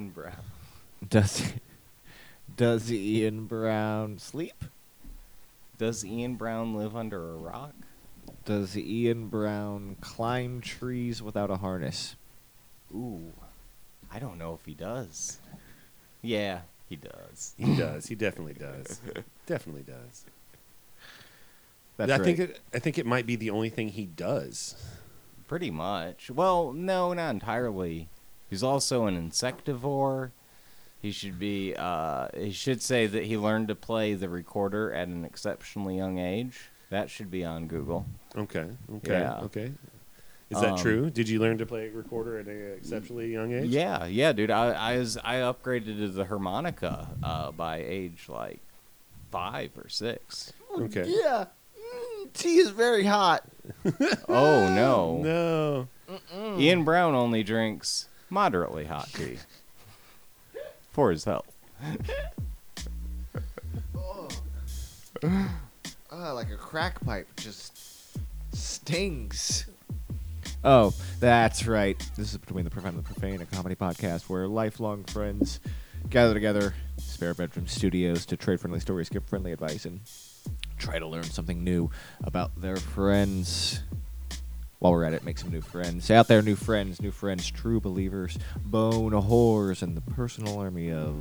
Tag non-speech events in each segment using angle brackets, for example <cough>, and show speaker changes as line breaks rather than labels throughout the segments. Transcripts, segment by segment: Brown.
Does <laughs> does Ian Brown sleep?
Does Ian Brown live under a rock?
Does Ian Brown climb trees without a harness?
Ooh, I don't know if he does. Yeah, he does.
He does. He definitely does. definitely does.
That's
I
right.
think it, I think it might be the only thing he does.
Pretty much. Well, no, not entirely. He's also an insectivore. He should be. Uh, he should say that he learned to play the recorder at an exceptionally young age. That should be on Google.
Okay. Okay.
Yeah.
Okay. Is that
Um,
true? Did you learn to play a recorder at an exceptionally young age?
Yeah, yeah, dude. I I, was, I upgraded to the harmonica uh, by age like five or six.
Okay.
Yeah. Mm, tea is very hot.
Oh no.
<laughs> No.
Ian Brown only drinks moderately hot tea for his health.
Ah, like a crack pipe just stings.
Oh, that's right. This is Between the Profound and the Profane, a comedy podcast where lifelong friends gather together, spare bedroom studios, to trade friendly stories, give friendly advice, and try to learn something new about their friends. While we're at it, make some new friends. Out there, new friends, new friends, true believers, bone whores, and the personal army of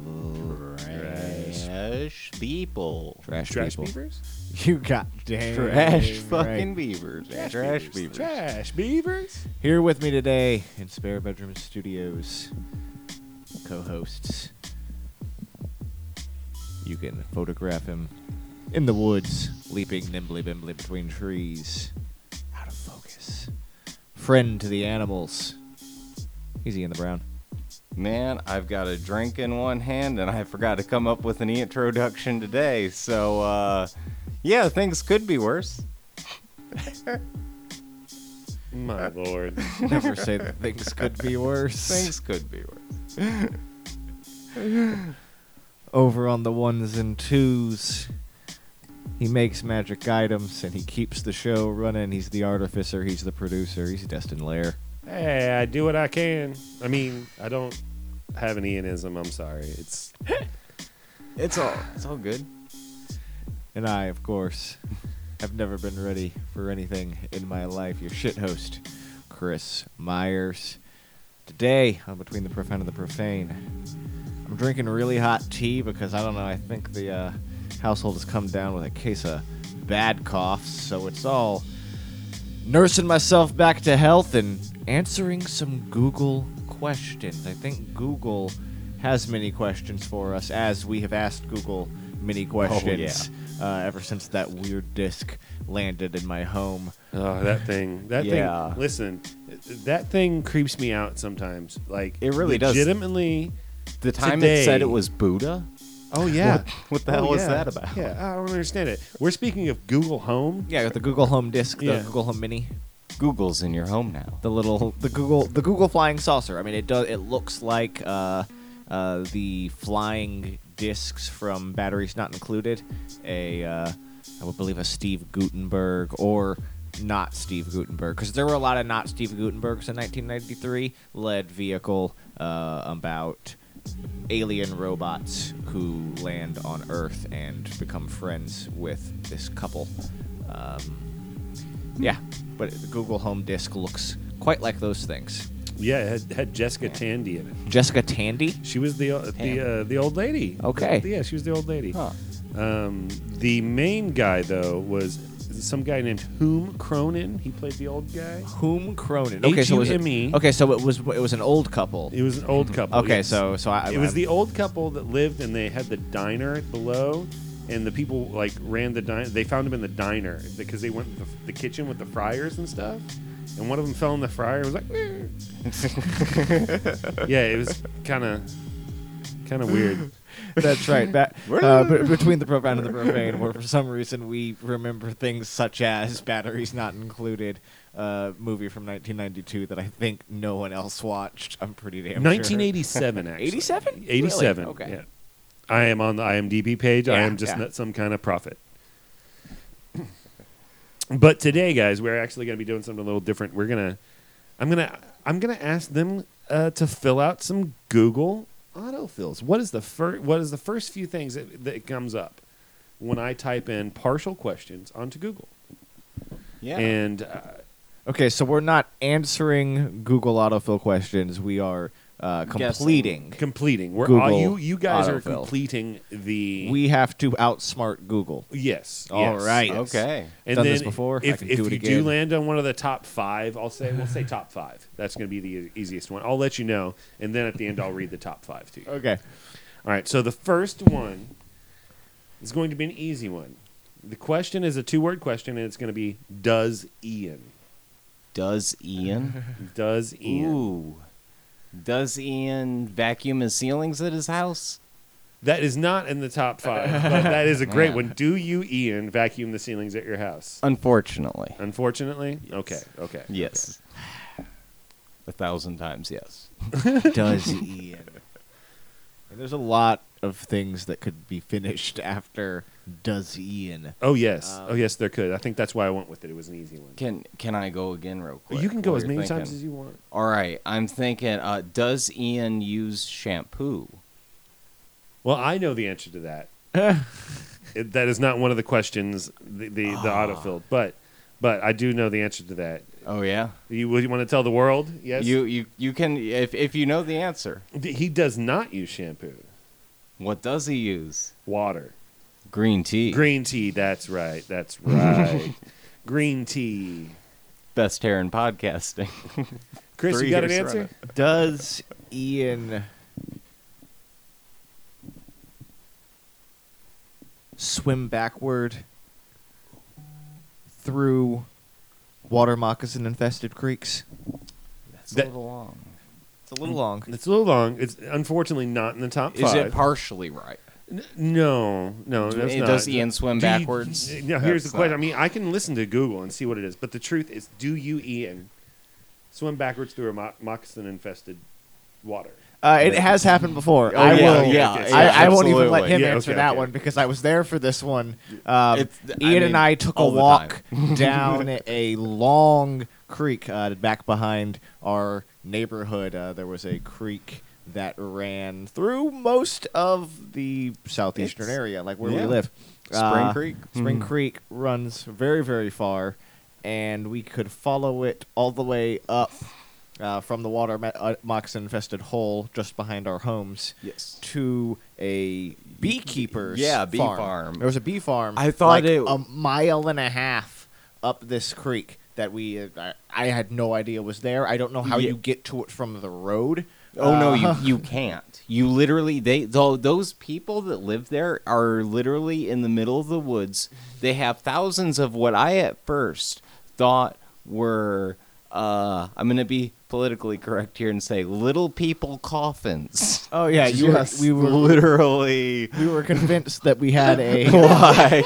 Trash people.
trash,
Trash
people.
beavers?
<laughs> You got damn
Trash
right.
fucking beavers. man. Trash beavers.
Trash beavers.
Here with me today in Spare Bedroom Studios, co hosts. You can photograph him in the woods, leaping nimbly bimbly between trees. Out of focus. Friend to the animals. He's Ian the Brown.
Man, I've got a drink in one hand and I forgot to come up with an introduction today. So, uh, yeah, things could be worse.
My lord.
Never say that things could be worse.
Things could be worse.
Over on the ones and twos. He makes magic items and he keeps the show running. He's the artificer, he's the producer, he's Destin Lair.
Hey, I do what I can. I mean, I don't have an Ianism. I'm sorry. It's
It's all it's all good.
And I, of course, have never been ready for anything in my life. Your shit host, Chris Myers. Today on Between the Profound and the Profane, I'm drinking really hot tea because I don't know, I think the uh, household has come down with a case of bad coughs, so it's all nursing myself back to health and answering some Google questions. I think Google has many questions for us, as we have asked Google many questions uh, ever since that weird disc landed in my home.
oh, that thing. That
Yeah.
thing. Listen, that thing creeps me out sometimes. Like
It really does.
Legitimately.
The time it said
Today-
it was Buddha.
Oh yeah.
What, what the hell was that about?
Yeah, I don't understand it. We're speaking of Google Home.
Yeah, with the Google Home disc, the
Yeah.
Google Home Mini,
Google's in your home now.
the little the Google the Google flying saucer. I mean, it does it looks like uh, uh, the flying discs from Batteries Not Included, a uh, I would believe a Steve Gutenberg or not Steve Gutenberg because there were a lot of not Steve Gutenbergs in 1993. Lead vehicle uh, about alien robots who land on Earth and become friends with this couple. Um, yeah, but the Google Home Disc looks quite like those things.
Yeah, it had, had Jessica Tandy in it.
Jessica Tandy.
She was the uh, the uh, the old lady.
Okay.
Yeah, she was the old lady.
Huh.
Um, the main guy though was some guy named Hume Cronin. He played the old guy.
Whom Cronin. Okay, so it was
H-U-M-E.
it, okay, so it was it was an old couple.
E. It was an old couple.
Okay,
yes.
so so I,
it was the old couple that lived and they had the diner below and the people like ran the diner they found him in the diner because they went to the, the kitchen with the fryers and stuff and one of them fell in the fryer and was
<laughs>
like "Meow." yeah it was kind of kind
<laughs>
of weird
<laughs> That's right.
<laughs>
Back, uh, b- between the profound and the profane, where for some reason we remember things such as "Batteries Not Included," uh, movie from 1992 that I think no one else watched. I'm pretty damn
1987 actually
87? Really?
87
Okay.
yeah. i am on the imdb page i
Yeah,
am just
yeah.
not some kind of prophet but today guys we're actually going to be doing something a little different we're going to i'm going to i'm going to ask them uh, to fill out some google auto oil fills. What is the first? What is the first few things that, that comes up when I type in partial questions onto Google?
Yeah.
And uh,
Okay, so we're not answering Google autofill questions. We are uh,
Guessing.
completing.
completing, we're
Google
uh, you you guys are
autofill.
completing the
We have to outsmart Google.
yes.
All
yes,
right.
yes.
okay.
And
Done
then
this before, I
If,
can
if
do it
you do
again.
land on one of the top five, I'll say we'll say top five. That's going to be the e- easiest one. I'll let you know, and then at the end, I'll read the top five to you.
Okay.
All right. So the first one is going to be an easy one. The question is a two-word question, and it's going to be "Does Ian?"
Does Ian?
Does Ian?
Ooh. Does Ian vacuum his ceilings at his house?
That is not in the top five,
<laughs>
but that is a great
Man.
one. Do you, Ian, vacuum the ceilings at your house?
Unfortunately.
Unfortunately, okay, okay,
Yes. A thousand times yes.
<laughs> Does Ian? There's a lot of things that could be finished after does Ian.
Oh yes,
Um,
oh yes, there could. I think that's why I went with it. It was an easy one.
Can can I go again real quick?
you can go
while
as
you're
many times
thinking?
as you want.
All right, I'm thinking. Uh, does Ian use shampoo?
Well, I know the answer to <laughs> that. It- that is not one of the questions the the, the autofilled, but but I do know the answer to that.
Oh yeah.
You, would you want to tell the world? Yes.
You you you can if if you know the answer.
D- he does not use shampoo.
What does he use?
Water.
Green tea.
Green tea. That's right. That's <laughs> right. Green tea.
Best hair in podcasting.
Chris,
Three
you got an
years
answer?
running.
Does Ian swim backward through water moccasin infested creeks?
<laughs> That's
That-
a little long.
It's a little long.
It's a little long. It's unfortunately not in the top
Is
five.
it partially right?
N- no, no. That's
It-
not.
does Ian swim
Do you-
backwards?
now, here's the
That's
question.
not-
I mean, I can listen to Google and see what it is, but the truth is, do you, Ian, swim backwards through a mo- moccasin-infested water?
Uh, it has happened before.
Oh,
I
yeah,
will.
yeah,
okay,
I,
yeah,
I won't even let
absolutely.
him
Yeah,
answer
okay,
that
okay.
one because I was there for this one. Um,
It's- I
Ian
mean,
and I took a
all the
walk
<laughs>
down a long creek uh, back behind our neighborhood. Uh, there was a creek that ran through most of the southeastern
It's-
area, like where we
yeah.
live.
Spring
Uh,
Creek?
Spring Creek runs very, very far, and we could follow it all the way up uh, from the water ma- uh, moccasin infested hole just behind our homes
Yes.
to a beekeeper's
Yeah, bee
farm.
farm.
There was a bee farm.
I thought
like
it-
a mile and a half up this creek that we uh, I, I had no idea was there. I don't know how
Yeah.
you get to it from the road.
Oh no,
Uh,
you you can't. You literally they though those people that live there are literally in the middle of the woods. They have thousands of what I at first thought were uh I'm going to be politically correct here and say little people
<laughs>
coffins.
Oh <laughs> yeah, you were-
Yes,
we were
literally
we were convinced that we
<laughs>
had a
like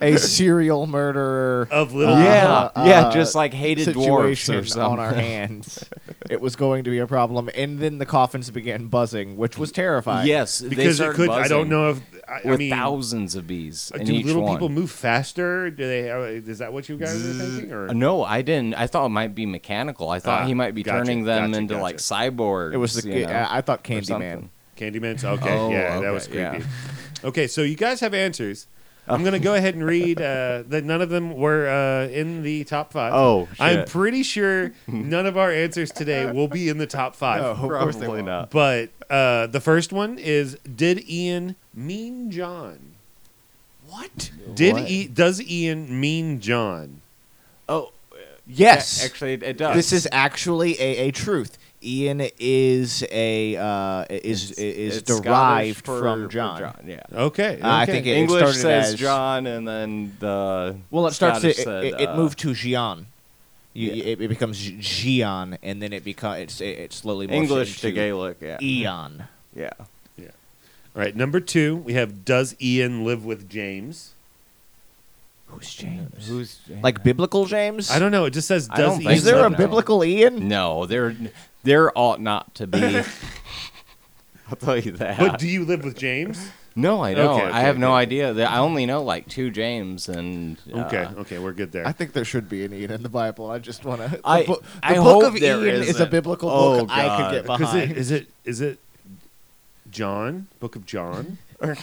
a serial murderer
Of little,
yeah,
uh,
yeah,
uh,
just like hated dwarfs
situation
or
on
something.
our hands. it was going to be a problem, and then the coffins began buzzing, which was terrifying.
Yes, they
because it
start
could. I
buzzing
don't know if I, I
with
mean, uh,
thousands of bees in
do
each
little
one.
people move faster? Do they? Have, is that what you guys are thinking? Or
Uh, No, I didn't. I thought it might be mechanical. I thought
Ah,
he might be
gotcha,
turning them
gotcha,
into like
gotcha.
cyborgs.
it was the.
you know,
I I thought
or
Candyman.
something.
Candyman's okay.
Oh,
yeah, that
okay,
was creepy.
yeah. Oh.
Okay, so you guys have answers. I'm gonna go ahead and read uh, that. None of them were uh, in the top five.
Oh, shit.
I'm pretty
<laughs>
sure none of our answers today will be in the top five.
Oh.
No, Oh, of course they
Probably not.
won't.
But uh, the first one is: Did Ian mean John?
What?
Did
What?
E- does Ian mean John?
Oh,
Yes.
actually, it does.
this is actually a, a truth. Ian is a uh, is
It's-
is
it's Scottish
derived
for-
from
for
John.
yeah.
Okay,
Ah,
Uh, I
okay.
think it-
English
started
says
as-
John, and then the
Well, it starts.
Scottish
To,
said,
it, it,
uh,
it moved to Xi'an. You,
yeah.
it, it becomes Xi'an, and then it becomes it's it, it slowly morphs
English to
into
Gaelic. Yeah,
Eon.
yeah.
Yeah. All right, number two, we have: Does Ian live with James?
Who's James?
Who's
like biblical James?
I don't know. It just says
I
does
don't
Ian.
think
Is there
so,
a
no.
biblical Ian?
No, there, there ought not to be.
<laughs>
I'll tell you that.
But do you live with James?
no, I don't.
Okay, okay,
I have no
okay.
idea. That- I only know like two James and uh,
Okay, okay, we're good there.
I think there should be an Ian in the Bible. I just want to.
I,
book-
I
the
hope
book of
there
Ian is a
isn't.
biblical
Oh, <laughs>
book I could
God.
get
Because
behind.
it, is it is it John, Book of John. <laughs> Oh. Or-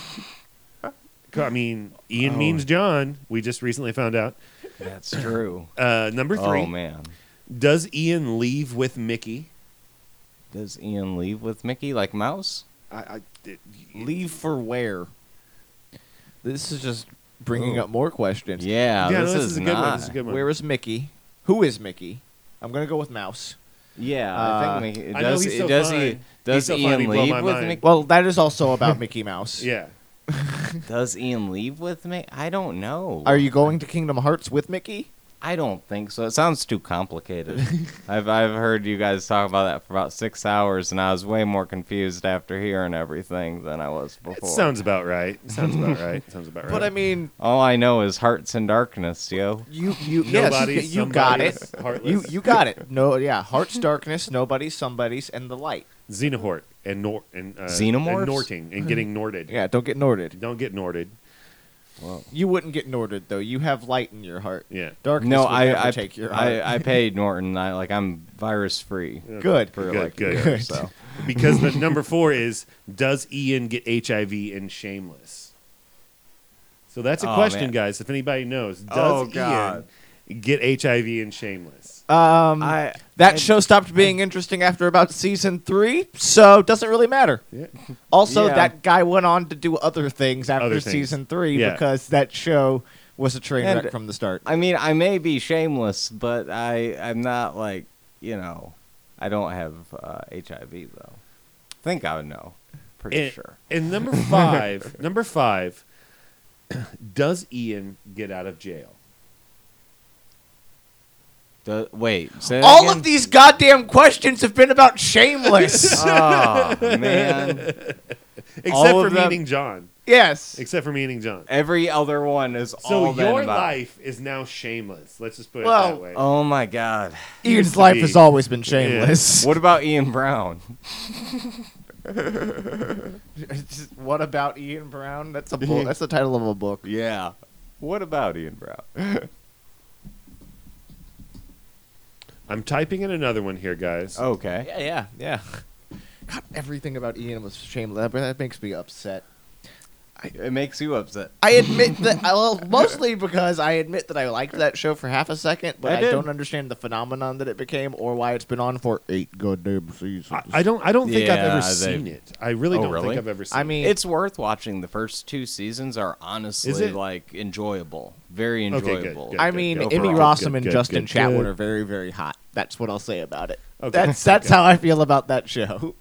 I mean, Ian means John. We just recently found out.
That's true.
Uh, number three.
Oh man,
Does Ian leave with Mickey?
does Ian leave with Mickey like Mouse?
I, I it-
Leave for where?
This is just bringing
Ooh.
up more questions.
Yeah,
Yeah, no,
this, is,
a good
not.
one. This is a good one.
Where is Mickey? Who is Mickey? I'm gonna go with Mouse.
Yeah,
Uh,
I think Mickey,
I know
does.
he's
it-
so
does
fine.
he? Does
He's so fine, he
Ian
blew
leave
my
with
mind.
Mickey?
Well, that is also about Mickey Mouse.
yeah.
Does Ian leave with me? I don't know.
Are you going to Kingdom Hearts with Mickey?
I don't think so. It sounds too
<laughs>
complicated. I've I've heard you guys talk about that for about six hours, and I was way more confused after hearing everything than I was
It
before.
sounds about right. Sounds about <laughs> right. Sounds about right.
But I mean,
All I know is hearts in darkness, yo.
you
<laughs>
you
Nobody,
yes, <laughs> you got
somebody's
it.
<laughs> heartless.
You you got it. No, yeah. Hearts, darkness, nobody, somebody's, and the light.
Xenohort and Nor and uh,
Xenomorphs?
and Norting and getting Norted.
Yeah, don't get norted.
Don't get Norted.
You wouldn't get norted though. You have light in your heart.
Yeah.
Darkness
No,
would never
I I,
take your heart.
I I
<laughs>
paid Norton. I like I'm virus free.
Good.
For
Good,
like
good.
A year,
Good.
so
Because
<laughs>
the number four is does Ian get HIV in Shameless? So that's a
Oh,
question,
man.
guys. If anybody knows, does
Oh, God.
Ian get HIV in Shameless?
<laughs> Um,
I
Mm.
that
I-
show stopped being interesting after about season three, so it doesn't really matter.
Yeah.
Also,
Yeah.
that guy went on to do other things after
Other things.
season three
Yeah.
because that show was a train
And-
wreck from the start.
I mean, I may be shameless, but I I'm not like you know, I don't have uh, HIV though. Think I would know, pretty
And,
sure. <laughs>
and number five, number five, <clears throat> does Ian get out of jail?
Do, wait, say that
All
again?
of these goddamn questions have been about
<laughs>
Shameless.
Oh man!
Except
All
for
of them-
meeting John.
yes.
Except for meeting John.
Every other one is
So
all been
your
about-
life is now shameless. Let's just put it
Well,
that way.
Oh my god!
Ian's
used to
life
be.
has always been
<laughs>
Shameless.
What about Ian Brown?
What, about Ian Brown? That's a book. That's the title of a book.
Yeah. What about Ian Brown?
I'm typing in another one here, guys.
Okay.
yeah, yeah. God, everything about Ian was Shameless. That- That makes me upset.
It makes you upset.
I admit that, <laughs> well, mostly because I admit that I liked that show for half a second, but
I
I,
did.
don't understand the phenomenon that it became or why it's been on for eight goddamn seasons.
I, I don't. I don't think I've ever
Yeah, they-
seen it. I really
Oh,
don't
really?
think I've ever seen.
I mean,
It's worth watching. The first two seasons are honestly
it?
like enjoyable, very
Okay, good,
enjoyable.
good.
I mean,
good,
Emmy
overall.
Rossum
Good,
and
good,
Justin
good,
Chatwood
good.
are very, very hot. That's what I'll say about it.
Okay.
That's that's how I feel about that
<laughs>
show.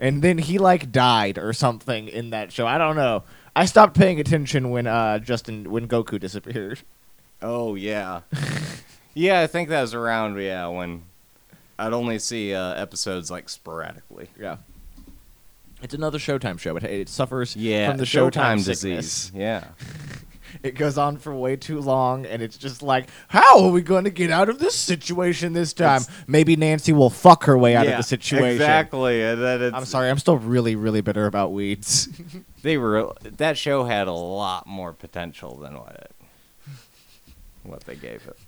and then he like died or something in that show. I don't know. I stopped paying attention when uh Justin when Goku disappeared. <laughs>
Oh yeah, yeah. I think that was around yeah when I'd only see uh, episodes like sporadically.
Yeah. It's another Showtime show. It, it suffers
Yeah,
from the Showtime,
Showtime disease.
sickness.
Yeah,
It goes on for way too long, and it's just like, how are we going to get out of this situation this time? Maybe Nancy will fuck her way out
yeah,
of the situation.
Exactly. And then it's,
I'm sorry, I'm still really, really bitter
<laughs>
about weeds.
They were that show had a lot more potential than what it what they gave it.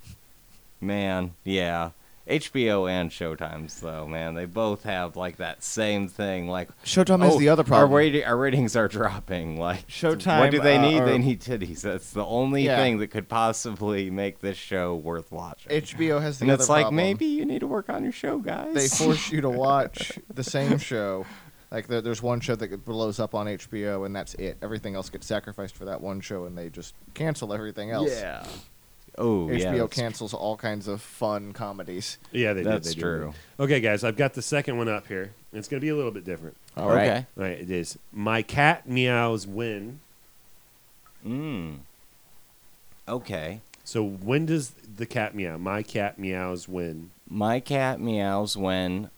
Man, yeah. HBO and Showtime's though, man, they both have like that same thing. Like
Showtime is
oh,
the other problem.
Our, rati- our ratings are <laughs> dropping. Like
Showtime,
What do they
uh,
need?
or-
They need titties. That's the only
Yeah.
thing that could possibly make this show worth watching.
HBO has the
and
other
it's like
problem.
maybe you need to work on your show, guys.
they
<laughs>
force you to watch the same show. Like there, there's one show that blows up on HBO, and that's it. Everything else gets sacrificed for that one show, and they just cancel everything else.
Yeah. Oh
HBO
yeah. that's-
cancels all kinds of fun comedies.
Yeah, they
That's
did. They
true.
Did. Okay, guys, I've got the second one up here. It's going to be a little bit different.
All right.
Okay.
All right, it is. My cat meows when.
Mm. Okay.
So when does the cat meow? My cat meows when
My cat meows when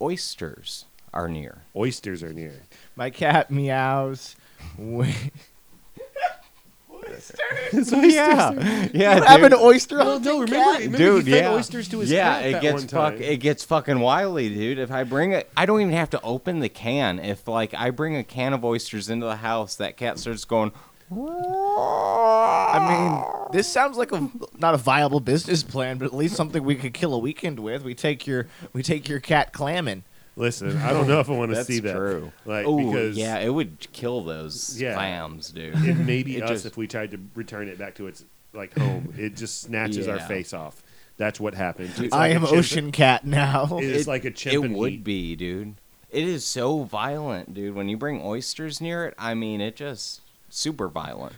oysters are near.
oysters are near.
My cat meows. <laughs> When...
so yeah.
yeah,
you have an oyster on
no,
your
remember,
cat?
remember
dude,
he fed
yeah,
oysters to his
yeah,
cat
it
that
gets
one time.
fuck, it gets fucking wily, dude. If I bring it, I don't even have to open the can. If like I bring a can of oysters into the house, that cat starts going.
I mean, this sounds like a not a viable business plan, but at least something we could kill a weekend with. We take your we take your cat clamming.
Listen, I don't know if I want to
That's
see that.
true.
Like
oh
because
yeah, it would kill those
Yeah.
clams, dude.
it
<laughs>
may be
It
us
just-
if we tried to return it back to its like
<laughs>
home. It just snatches our
Yeah.
face off. That's what happened. It's
I
like a
am
chimp-
Ocean Cat <laughs> now.
It- It's like a chimp
It
and
would
heat.
be, dude. It is so violent, dude. When you bring oysters near it, I mean, it just super violent.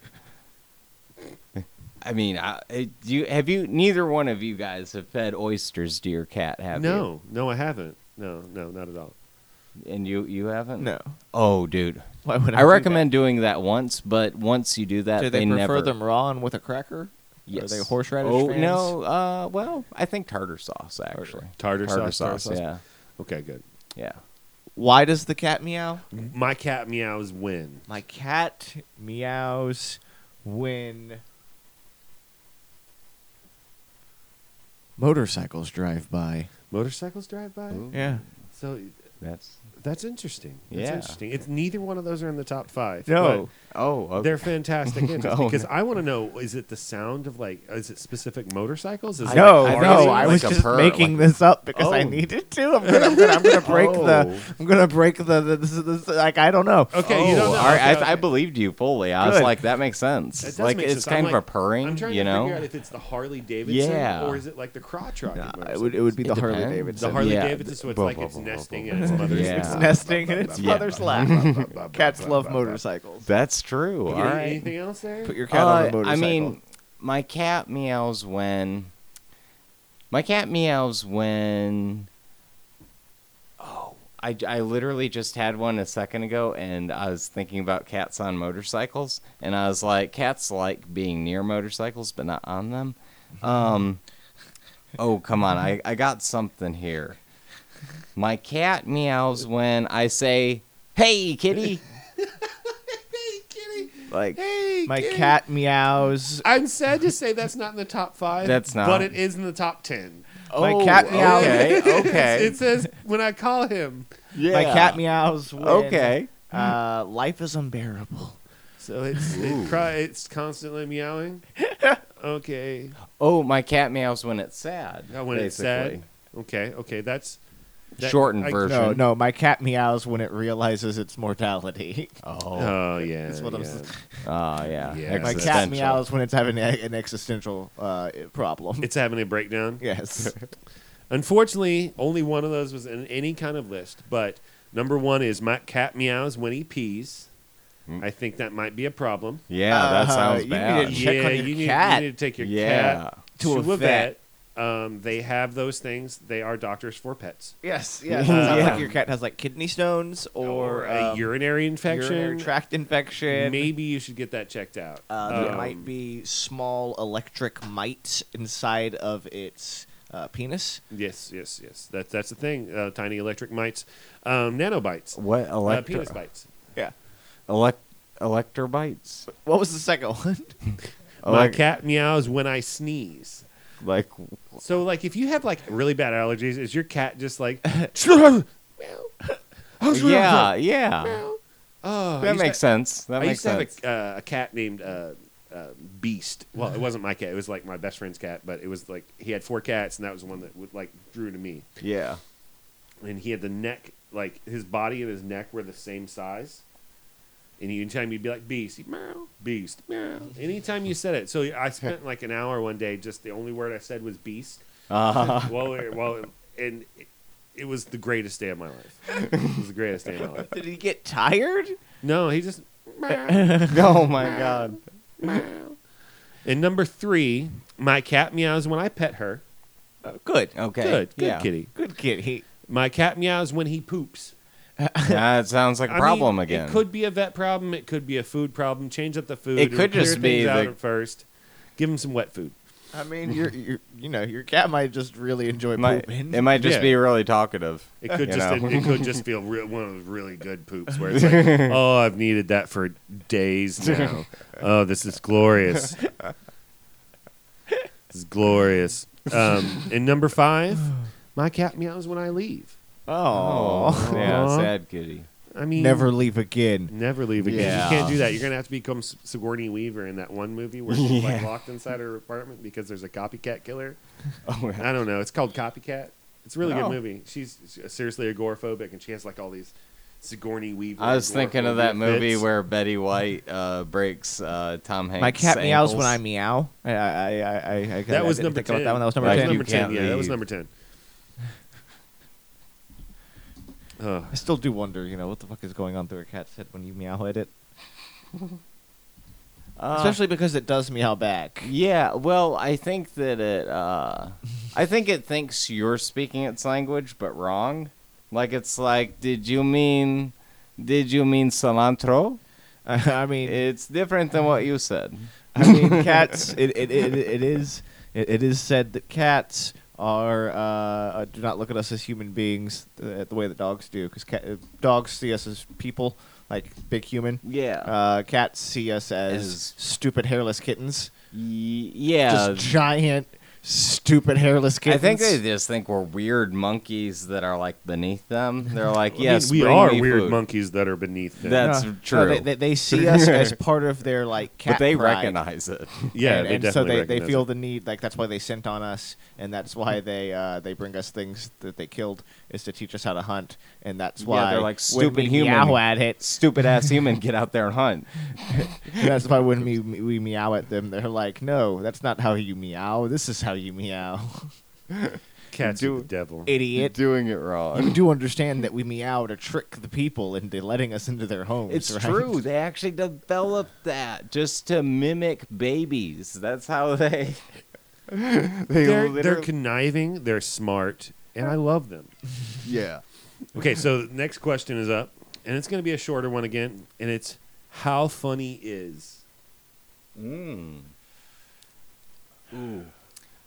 I mean, I, it, you have you? Neither one of you guys have fed oysters to your cat, have
No, no, I haven't. No, no, not at all.
you? And you you haven't?
No.
Oh, dude.
Why would I,
I
do
recommend doing that once, but once you do
that?
that,
Do they,
they
prefer
never.
them raw and with a cracker? Are they horseradish?
Oh
fans?
no! Uh, well, I think tartar sauce actually.
Tartar sauce, tartar sauce.
Yeah,
Okay, good.
yeah.
Why does the cat meow?
Mm-hmm.
My cat meows when
My cat meows when motorcycles drive by.
motorcycles drive by.
Ooh.
Yeah.
So
That's
that's interesting. That's
Yeah.
interesting. It's neither one of those are in the top five.
No.
but
oh, okay. <laughs>
They're fantastic engines
No.
because I want to know: is it the sound of like? Is it specific motorcycles? Is it
no,
like
no,
farting?
I was
Like a
just
purr,
making
like-
this up because I
Oh.
needed to. I'm gonna, I'm gonna, I'm gonna break
Oh.
the. I'm gonna break the. the this, is- this, like I don't know. Oh.
Okay, you don't know.
all right,
Okay,
Oh, I,
okay.
I believed you fully. I
Good.
was like, that makes sense.
It does
like
make
it's
sense.
kind
I'm
of
like-
a purring,
I'm trying
you
to
know?
figure out if it's the Harley Davidson
Yeah.
or is it like the crotch rocket.
Nah, it
motorcycle.
would. It would be
It
the Harley
depends.
Davidson.
the Harley
yeah,
Davidson, so it's
blah,
like
blah,
it's
blah, blah,
nesting
blah,
in its
blah,
mother's.
Yeah.
It's nesting in its
Yeah. <laughs>
mother's lap. Cats love motorcycles.
That's true. <laughs>
You
All
got
right.
Anything else there?
Put your cat on a
Uh, I
motorcycle.
mean, my cat meows when. My cat meows when. Oh, I, I literally just had one a second ago, and I was thinking about cats on motorcycles, and I was like, cats like being near motorcycles, but not on them. Um, oh, come on. I, I got something here. My cat meows when I say, hey, kitty. Like,
Hey,
my
kitty.
cat meows.
I'm sad to say that's not in the top five.
That's not.
But it is in the top ten.
My cat meows.
Oh,
<laughs>
Okay, <laughs> okay.
It says when I call him.
yeah.
My cat meows. When,
Okay.
Uh, life is unbearable.
So it's it cry, it's constantly
<laughs>
meowing. Okay.
Oh, my cat meows when it's sad.
Now Oh, when it's sad. Okay. Okay. That's that-
Shortened
I-
version.
No, no, my cat meows when it realizes its mortality.
Oh,
<laughs>
Oh yeah.
That's what I'm
yeah.
saying.
Ah, yeah.
Yeah.
my cat
Existential.
meows when it's having a, an existential uh, problem.
<laughs> It's having a breakdown.
<laughs> yes.
Unfortunately, only one of those was in any kind of list. But number one is my cat meows when he pees. I think that might be a problem.
Yeah, that
Uh,
sounds
Hmm. you
bad.
need to check
yeah,
on your
you, need,
cat.
you need to take your
Yeah.
cat
To a vet.
Um, they have those things. They are doctors for pets. <laughs>
Yes. Yeah.
Uh,
sounds
yeah.
like your cat has like kidney stones or,
a
um,
urinary infection.
urinary tract infection.
Maybe you should get that checked out.
Uh, there
Um,
might be small electric mites inside of its uh, penis.
Yes, yes, yes. That, that's the thing. Uh, tiny electric mites, um, nanobites,
What
uh,
electro
penis bites.
Yeah.
elect electrobites?
What was the second one?
<laughs> My
Elec-
cat meows when I sneeze.
like
So, like, if you have like really bad allergies, is your cat just like? <laughs> meow?
yeah, yeah.
Meow. <laughs> Oh, I
That
used to-
makes sense. That
I
makes
used to have
sense.
a, uh, a cat named uh, uh, Beast. Well, it wasn't my cat. It was like my best friend's cat, but it was like he had four cats, and that was the one that would like drew to me.
yeah.
And he had the neck, like his body and his neck were the same size. And anytime you'd be like Beast, he'd meow, Beast, meow. Anytime you said it, so I spent like an hour one day. Just the only word I said was Beast.
Uh,
<laughs> Well, we- well, and it, it was the greatest day of my life. It was the greatest day of my life.
Did he get
<laughs>
tired?
No, he just.
<laughs> oh my god.
And number three, my cat meows when I pet her.
Uh, good.
Okay.
Good, good
yeah.
kitty.
Good kitty.
My cat meows when he poops.
<laughs> That sounds like
I
a
mean,
problem again.
It could be a vet problem. It could be a food problem. Change up the food.
It could
clear
just be
things out
the-
at first. Give him some wet food.
I mean, you're, you're, you know, your cat might just really enjoy
it might,
pooping.
it might just
Yeah.
be really talkative.
It could
You
just
know. <laughs>
it, it could just feel real, one of those really good poops where it's like, oh, I've needed that for days now. Oh, this is glorious. This is glorious. Um, and number five, my cat meows when I leave.
oh.
yeah,
Aw.
sad kitty.
I mean,
Never leave again.
never leave again.
Yeah.
You can't do that. You're gonna have to become S- Sigourney Weaver in that one movie where she's like
Yeah.
<laughs>
locked inside her apartment because there's a copycat killer.
Oh, yeah.
I don't know. It's called Copycat. It's a really
Oh.
good movie. She's uh, seriously agoraphobic, and she has like all these Sigourney Weaver.
I was thinking of that
agoraphobic
movie
fits.
where Betty White uh, breaks uh, Tom Hanks.
My cat meows when I
ankles.
meow. I, I, I, I, I I
that was
didn't
number
think about
ten.
That one. That was number
Like,
ten.
you can't
yeah, that was
leave.
<laughs>
number ten. Ugh.
I still do wonder, you know, what the fuck is going on through a cat's head when you meow <laughs> at it,
Uh,
especially because it does meow back.
Yeah, well, I think that it. Uh, I think it thinks you're speaking its language, but wrong. Like it's like, did you mean, did you mean cilantro?
<laughs> I mean,
It's different than what you said.
<laughs> I mean, cats. It, it, it, it is it, it is said that cats are uh, uh, do not look at us as human beings uh, the way that dogs do, because cat, uh, dogs see us as people, like big human.
Yeah,
Uh, cats see us as,
As-
stupid hairless kittens,
Y- yeah.
just giant stupid hairless
I
kittens.
think they just think we're weird monkeys that are like beneath them. They're
<laughs>
like,
I mean,
yes,
we
bring
are
me
weird
food."
monkeys that are beneath them.
That- That's true.
they, they, they see
<laughs>
us as part of their like cat
but they
pride.
recognize it. <laughs>
yeah,
and,
they
and
definitely
so they, they
recognize
feel
it.
the need like that's why they sent on us and that's why
Mm-hmm.
they uh, they bring us things that they killed is to teach us how to hunt and that's
Yeah,
why
they're like,
when we
"Stupid human."
meow at it
Stupid ass human, get out there and hunt.
that's why when we, we meow at them they're like no that's not how you meow this is how you meow <laughs>
cats
do-
are the devil.
<laughs> You're
idiot
doing it
you
wrong.
do understand that we meow to trick the people into letting us into their
<laughs>
homes
It's
right?
true. They actually developed that just to mimic babies. That's how <laughs> they. they
They're, they're
literally-
conniving. They're smart, and I love them.
yeah.
Okay, so the next question is up, and it's going to be a shorter one again, and it's how funny is
Mm. Ooh.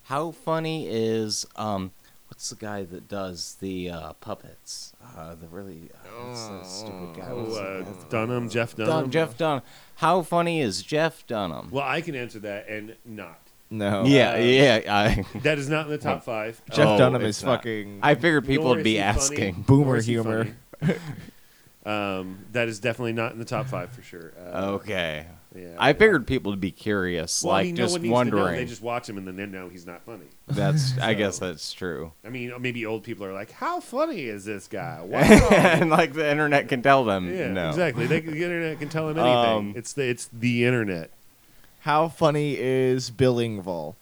How funny is um what's the guy that does the uh puppets? Uh the really uh, what's the stupid guy.
oh,
What's
uh,
the-
Dunham Jeff Dunham.
Dun- Jeff Dunham. How funny is Jeff Dunham?
Well, I can answer that and not.
no
yeah,
uh,
yeah. I
That is not in
<laughs>
the top five.
Jeff
Oh,
Dunham
it's
is
not.
fucking
I figured people
Nor
would
is
be
he funny,
asking.
Boomer
nor is he
humor.
funny. um, that is definitely not in the top five for sure. Uh,
Okay.
Yeah.
Oh, I figured people would be curious,
Well, I
like
mean, no
just
one needs to know.
wondering.
They just watch him and then they know he's not funny.
That's
<laughs>
I guess
So-
that's true.
I mean, maybe old people are like, "How funny is this guy?" Wow.
<laughs> and like the internet can tell them
Oh. yeah,
no.
exactly. They, the internet can tell him anything.
Um,
it's the it's the internet.
how funny is Billingvall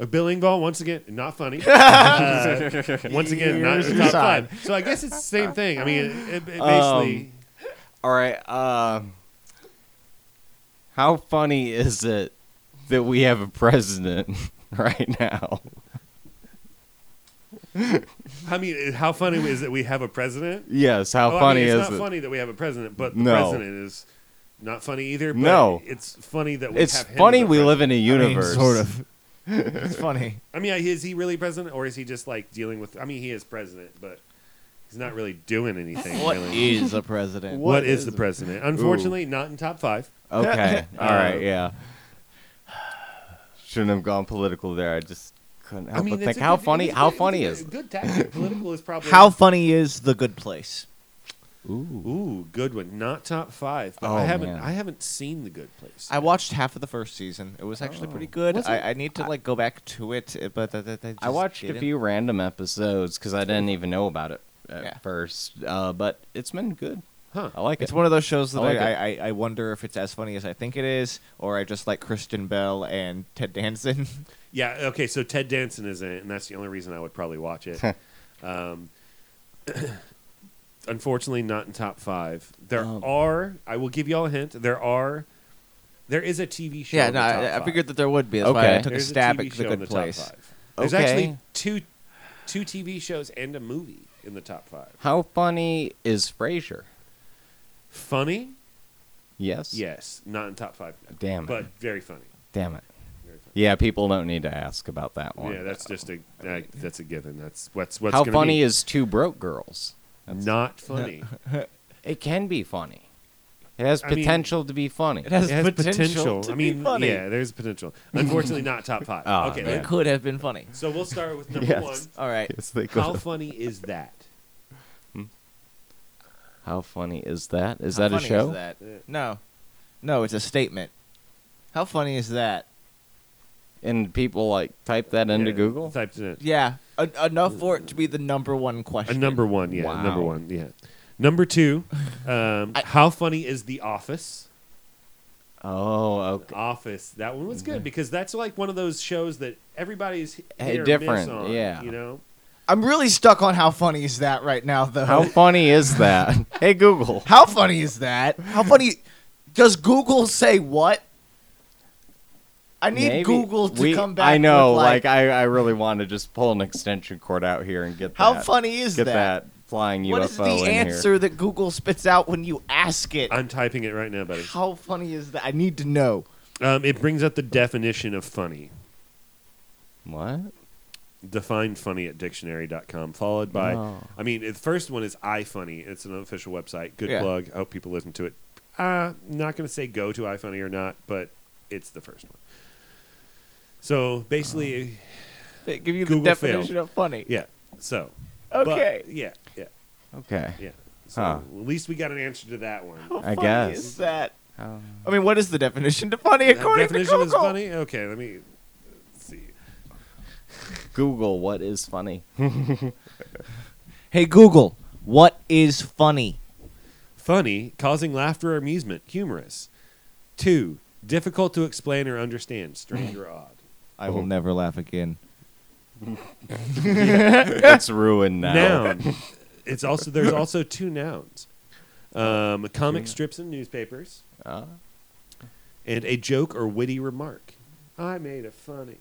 A Billingall, once again, not funny.
<laughs>
Uh, once again, not in the top
Side.
five. So I guess it's the same thing. I mean, it, it basically,
Um, All right. Uh, how funny is it that we have a president <laughs> right now?
I mean, it- how funny is that we have a president?
Yes. How
Well, I mean,
funny
it's
is
not
it?
funny that we have a president, but the
No.
president is not funny either. But
No.
it's funny that we
It's
have him
funny
as a
we
president.
live in a universe.
sort of <laughs> it's funny
I mean, is he really president, or is he just like dealing with? I mean, he is president, but he's not really doing anything. really.
is a president?
what is, the president? Unfortunately, not in top five. <laughs>
Okay. All right.
Um,
Yeah. Shouldn't have gone political there. I just couldn't help
I mean,
but
it's
think
a
how
good-
funny.
it's a
How
good-
funny
it's
is
a
it?
good tactic. Political is probably
How funny is the good place?
Ooh.
Ooh, good one. Not top five, but
Oh,
I haven't.
man.
I haven't seen the Good Place.
I watched half of the first season. It Oh. was actually pretty good.
Was it?
I, I need to like go back to it, uh, but that that- that
I
just
watched a
didn't.
few random episodes because I didn't even know about it at
Yeah.
first, uh, but it's been good.
huh?
I like it.
It's one of those shows that
I
I,
like
I, I, I wonder if it's as funny as I think it is, or I just like Kristen Bell and Ted Danson.
Yeah. Okay. So Ted Danson is in it, and that's the only reason I would probably
<laughs>
watch it. um, <coughs> unfortunately, not in top five. There
Um,
are. I will give y'all a hint. There are. There is a TV
<laughs>
show.
yeah,
in
no,
the top
I, I
five.
figured that there would be. That's
Okay.
why I took
There's
a stab
TV
at
show
the
in
good
the top
place.
five. There's
Okay.
actually two, two TV shows and a movie in the top five.
How funny is Frasier?
Funny,
Yes.
yes, not in top five,
Damn it.
but very funny.
Damn it.
Very funny.
Yeah, people don't need to ask about that one.
Yeah, that's just a that- that's a given. That's what's what's
How
gonna
funny
be.
is Two Broke Girls? That's-
<laughs>
not funny.
It can be funny. It has
I mean-
potential to be funny.
It has,
It has potential.
to
I mean,
be funny. Ah,
yeah, there's potential. Unfortunately, not
<laughs>
top five.
Oh,
okay,
man.
it
let-
could have been funny.
so we'll start with number
Yes.
one.
All right,
<laughs> Yes, they could.
How
How,
funny is that?
funny is that? Is
How
that a
funny
show?
Is that? No, no, it's a statement. How funny is that?
And people like type that into
Yeah,
Google?
Typed it in.
Yeah, En- enough for it to be the number one question.
A number one, yeah.
Wow.
Number one, yeah.
<laughs>
Number two, um, how funny is The Office?
Oh,
<laughs>
okay.
Office. That one was
Mm-hmm.
good because that's like one of those shows that everybody's hit
Hey,
or
Eh, different,
miss on,
yeah.
You know,
I'm really
Stuck on how funny is that right now, though.
How funny is that? hey Google.
<laughs> How funny is that? How funny? Does Google say what? I need
Maybe
Google to
we-
come back.
I know,
with,
like, I, I really want to just pull an extension cord out here and get
how
that,
funny is
get that, flying UFO
What is the
in here.
answer that Google spits out when you ask it?
I'm typing it right now, buddy.
How funny is that? I need to know.
Um, it brings up the definition of funny.
What?
Define funny at dictionary.com, followed by,
Oh.
I mean, the first one is iFunny. It's an official website. Good
Yeah.
plug. I hope people listen to it. Uh, not going to say go to iFunny or not, but it's the first one. So basically,
Oh.
They give you
Google
the definition
failed.
of funny.
yeah. So. but-
Okay.
yeah, yeah,
Okay.
yeah. So
Huh.
at least we got an answer to that one.
How
I
funny
guess.
is that?
Oh.
I mean, what is the definition to funny according to
Um, definition
Google?
is funny. Okay, let me see.
Google, what is
<laughs>
funny?
Hey Google, what is funny?
Funny, causing laughter or amusement, humorous. Two, difficult to explain or understand, strange or odd.
I will never laugh again.
<laughs> it's ruined now.
Noun. It's also there's also two nouns. Um, comic strips and newspapers,
Uh,
and a joke or witty remark. I made a funny,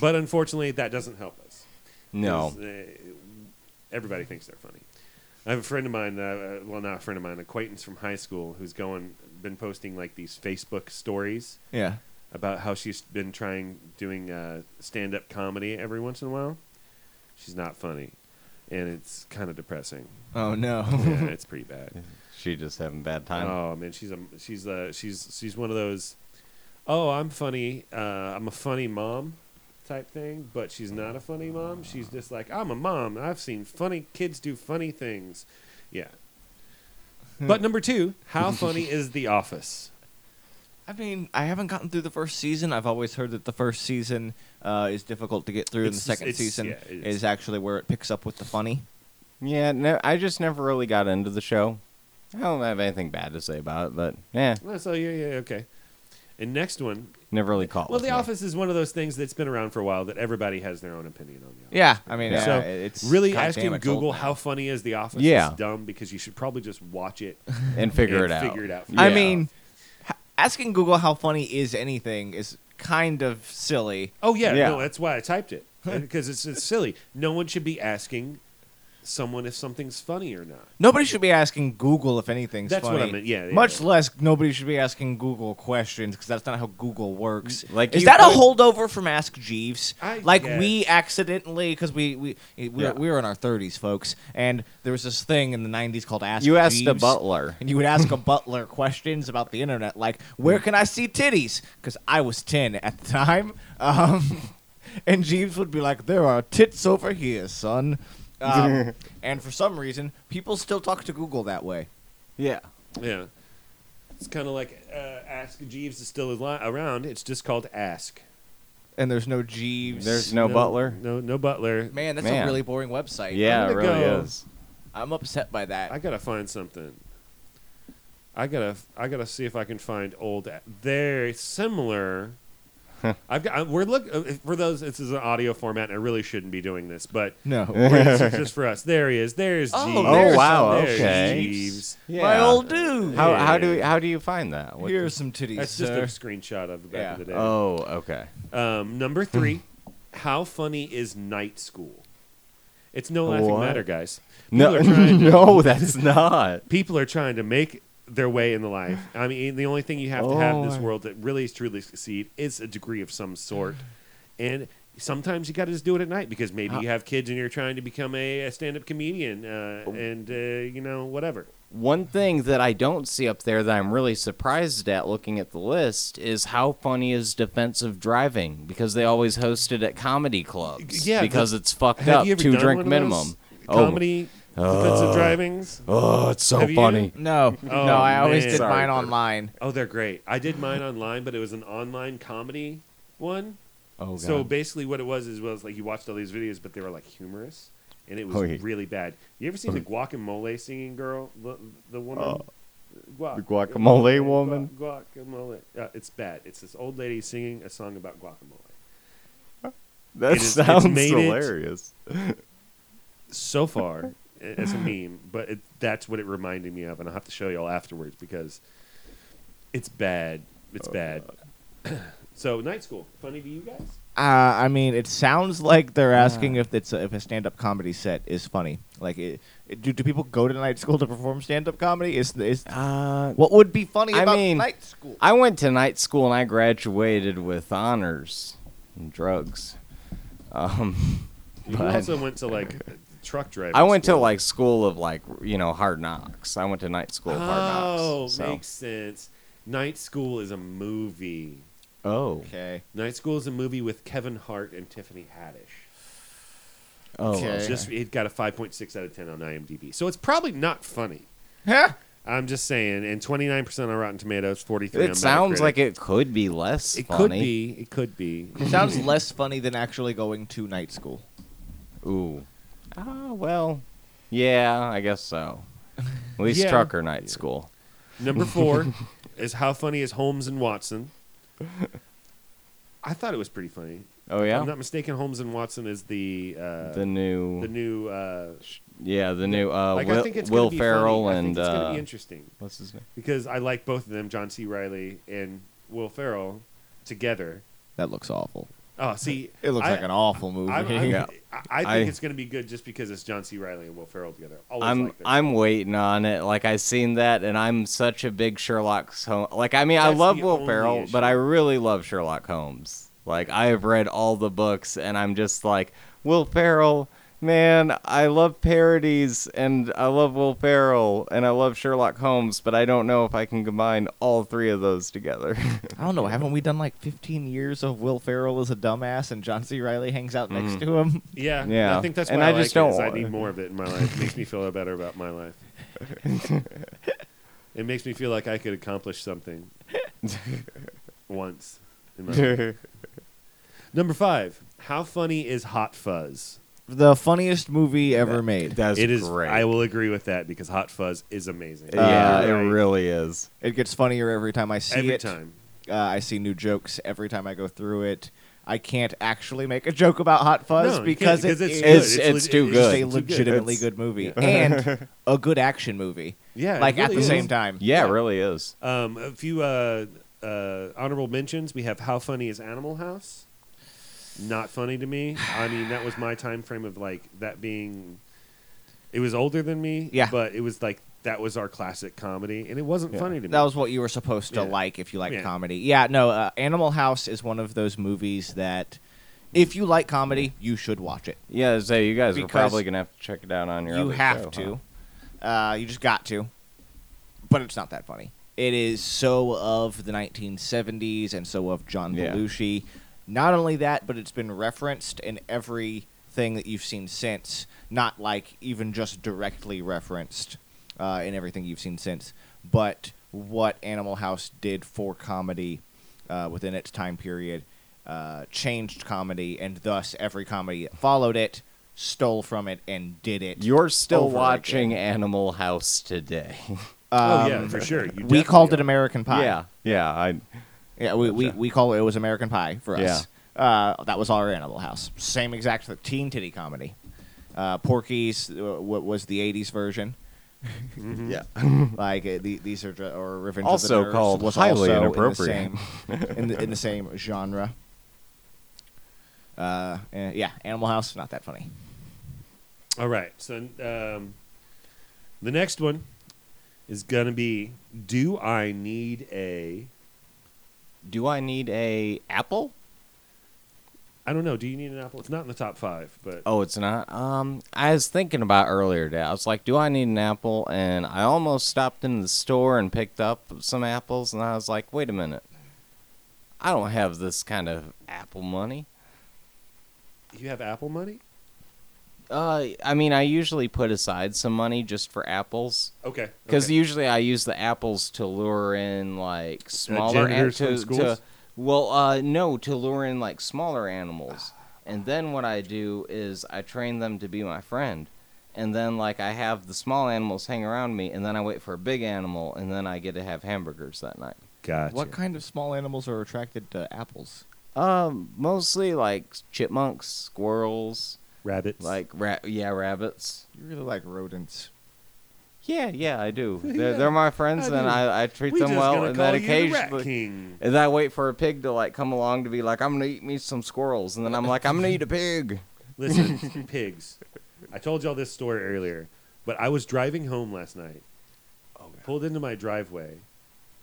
but unfortunately, that doesn't help us.
<laughs> no.
'Cause, uh, everybody thinks they're funny. I have a friend of mine, uh, uh, well, not a friend of mine, acquaintance from high school, who's going been posting like these Facebook stories
Yeah.
about how she's been trying doing uh, stand up comedy every once in a while. She's not funny, and it's kind of depressing.
Oh no. <laughs>
yeah, it's pretty bad.
She just having bad time.
Oh man, she's a she's a she's she's one of those. Oh, I'm funny. Uh, I'm a funny mom, type thing. But she's not a funny mom. She's just like I'm a mom. I've seen funny kids do funny things. Yeah. But number two, how funny is The Office?
I mean, I haven't gotten through the first season. I've always heard that the first season uh, is difficult to get through, and the
It's-
second
it's-
season
yeah, it's-
is actually where it picks up with the funny.
Yeah, no, I just never really got into the show. I don't have anything bad to say about it, but yeah,
Oh, So yeah, yeah, okay. And next one,
never really caught.
Well,
with
The
me.
Office is one of those things that's been around for a while that everybody has their own opinion on. The Office.
Yeah, I mean,
Yeah,
so
so
it's
really
goddamn,
asking
it's old
Google
now.
how funny is The Office
Yeah.
is dumb because you should probably just watch it.
<laughs> and figure it
and
out.
figure it out.
I
Yeah.
mean, h- asking Google how funny is anything is kind of silly.
Oh yeah,
Yeah.
no, that's why I
<laughs>
typed it because it's, it's silly. No one should be asking someone if something's funny or not.
Nobody should be asking Google if anything's
That's what
funny.
I meant, yeah, yeah,
Much
yeah.
less nobody should be asking Google questions because that's not how Google works.
Mm. Like
is
you
that a
could-
holdover from Ask Jeeves?
I
like
guess.
we accidentally because we we we were,
Yeah.
we were in our thirties, folks, and there was this thing in the nineties called Ask.
you asked a
Jeeves,
butler.
And you would ask a butler questions about the internet, like where can I see titties? Because I was ten at the time, um, <laughs> and Jeeves would be like, "There are tits over here, son."
<laughs>
Um, and for some reason, people still talk to Google that way.
Yeah.
Yeah, it's kind of like uh, Ask Jeeves is still al- around. It's just called Ask.
and there's no Jeeves.
There's no, butler.
No, no butler.
man. That's
Man.
a really boring website.
Yeah,
I'm
it
gonna
really
go-
is.
I'm upset by that.
I gotta find something. I gotta I gotta see if I can find old.
<laughs>
They're similar. I've got. We're look uh, for those. This is an audio format, and I really shouldn't be doing
<laughs>
this, but
no,
we're- this is just for us. There he is. There's
Oh,
Jeeves.
there's
Oh wow.
some-
There's
Okay.
Jeeves.
Yeah.
my old dude.
How how do we, how do you find that? What-
Here's some titties,
That's just a
sir.
screenshot of back
Yeah.
in the day.
Oh, okay. Oh.
Um, number three, how funny is night school? It's no laughing
What?
matter, guys.
<laughs> No,
People are trying to-
no, that's not.
people are trying to make their way in the life. I mean, the only thing you have to have in this
Oh.
world that really is truly succeed is a degree of some sort. And sometimes you got to just do it at night because maybe
Uh,
you have kids and you're trying to become a, a stand up comedian uh,
Oh.
and, uh, you know, whatever.
One thing that I don't see up there that I'm really surprised at looking at the list is how funny is defensive driving because they always host it at comedy clubs.
Yeah,
because
the-
it's fucked
Have
up.
you ever
Two
done
drink
one of
minimum.
those
Oh. Uh.
Comedy, defensive drivings.
Oh, it's so
Have you?
funny.
<laughs>
No,
Oh,
no. I always
man.
did
Sorry.
mine online.
Oh, they're great. I did mine online, but it was an online comedy one.
Oh, God.
So basically, what it was is was like you watched all these videos, but they were like humorous, and it was
Oh, yeah.
really bad. You ever seen the guacamole singing girl, the, the woman?
Oh.
Guac-
The guacamole
guac-
woman?
Guacamole. Uh, it's bad. It's this old lady singing a song about guacamole.
That
It is- it's
sounds
made it-
hilarious.
So far, a- as a meme, but it, that's what it reminded me of, and I'll have to show y'all afterwards because it's bad. It's
Oh,
bad. <clears throat> so night school, funny to you guys?
Uh, I mean, it sounds like they're asking if it's a, if a stand-up comedy set is funny. Like, it, it- do do people go to night school to perform stand-up comedy? Is is
Uh,
what would be funny
I
about
mean,
night school?
I went to night school and I graduated with honors and drugs. Um,
You
But-
also went
<laughs>
to like truck driving.
I went to
school.
like school of like you know hard knocks. I went to night school of hard knocks.
Oh,
so-
makes sense. Night School is a movie.
oh,
okay.
Night School is a movie with Kevin Hart and Tiffany Haddish.
oh,
Okay.
okay.
Just it got a 5.6 out of 10 on IMDb. So it's probably not funny.
Huh?
I'm just saying, and 29% on Rotten Tomatoes, 43 on
It sounds
Metacritic.
like it could be less.
it could
funny.
be. It could be.
<laughs> sounds less funny than actually going to night school.
Ooh. Ah, well. Yeah, I guess so. At least
Yeah.
trucker night school. <laughs>
Number 4 is how funny is Holmes and Watson? I thought it was pretty funny.
Oh
If
yeah.
I'm not mistaken, Holmes and Watson is the uh,
the new.
the new uh,
yeah, the new. Uh,
like
Will,
I think it's
Will
gonna be
Ferrell
funny. I
and
think it's gonna
uh,
be interesting
what's his name?
because I like both of them, John C. Riley and Will Ferrell together.
That looks awful.
Oh, see,
It looks
I,
like an awful movie.
I'm,
<laughs>
I'm,
Yeah.
I, I think
I-
it's gonna be good just because it's John C. Riley and Will Ferrell together. Always
I'm
like that.
I'm waiting on it. Like I seen that, and I'm such a big Sherlock Holmes. Like I mean, I
That's
love
the
Will
only
Ferrell,
issue.
but I really love Sherlock Holmes. Like I have read all the books, and I'm just like Will Ferrell. Man, I love parodies, and I love Will Ferrell, and I love Sherlock Holmes, but I don't know if I can combine all three of those together.
<laughs>
<laughs>
I don't know. Haven't we done like 15 years of Will Ferrell as a dumbass and John C. Riley hangs out next to him?
yeah,
Yeah.
I think that's
And
why
I
I,
just
like it,
don't
is I
want-
need more of it in my life. It makes me feel better about
<laughs>
my life. it makes me feel like I could
<laughs>
accomplish something once in my life. Number five. How funny is Hot Fuzz?
The funniest movie ever made.
That's
it is
great.
I will agree with that because Hot Fuzz is amazing.
yeah,
Uh,
it really is.
It gets funnier every time I see
every
it.
time.
Uh, I see new jokes every time I go through it. I can't actually make a joke about Hot Fuzz
No, you
because
can't,
it
it's
is-
good.
It's- it's too
it's
good.
a
too good.
legitimately
It's-
good movie
<laughs>
and a good action movie.
Yeah, it
like at
really
the
is.
same time.
Yeah, it really is.
Um, a few uh, uh, honorable mentions. We have How Funny is Animal House? Not funny to me. I mean, that was my time frame of like that being. It was older than me.
Yeah.
but it was like that was our classic comedy, and it wasn't funny to me.
That was what you were supposed to
Yeah.
like if you like
Yeah.
comedy. Yeah, no, uh, Animal House is one of those movies that if you like comedy, you should watch it.
Yeah, so you guys are
Because
probably gonna have to check it out on your.
you
other
have
show, huh?
to. Uh, you just got to. But it's not that funny. It is so of the 1970s and so of John
Yeah.
Belushi. Not only that, but it's been referenced in everything that you've seen since. Not like even just directly referenced uh, in everything you've seen since, but what Animal House did for comedy uh, within its time period uh, changed comedy, and thus every comedy that followed it stole from it and did it.
You're still
over again.
watching Animal House <laughs> today.
oh yeah, for sure. You
um, we called it American Pie.
Yeah, yeah. I
yeah. We, we, we call it, it was American Pie for us. Uh, that was our Animal House. Same exact th- teen titty comedy. Uh, Porky's uh, what was the '80s <laughs> version?
yeah.
Like uh, the, these are dr- or Revenge
Also
of the Nerds
called
was
highly
also
inappropriate.
in the same in the, in the <laughs> same genre. Uh, eh, yeah, Animal House not that funny.
All right. So um, the next one is gonna be Do I need a?
Do I need a apple?
I don't know. Do you need an apple? It's not in the top five, but
Oh, it's not. Um, I was thinking about earlier today. I was like, do I need an apple? And I almost stopped into the store and picked up some apples, and I was like, wait a minute. I don't have this kind of apple money.
you have Apple money.
Uh, I mean, I usually put aside some money just for apples.
Okay.
because
okay.
usually I use the apples to lure in like smaller
janitors from
ant- to, to
schools?
Well, uh, no, to lure in like smaller
<sighs>
animals. And then what I do is I train them to be my friend. And then like I have the small animals hang around me and then I wait for a big animal and then I get to have hamburgers that night.
Gotcha.
What kind of small animals are attracted to apples?
Um mostly like chipmunks, squirrels,
Rabbits.
like ra- yeah, rabbits.
You really like rodents.
Yeah, yeah, I
<laughs>
do. They're,
Yeah,
they're my friends
I
and
do.
I, I treat
we
them
just
well
gonna
and
call
then
you the Rat
occasionally
King.
And then I wait for a pig to like come along to be like, I'm gonna eat me some squirrels, and then I'm like, I'm gonna eat a pig.
<laughs> Listen, pigs. I told y'all this story earlier, but I was driving home last night. Pulled into my driveway,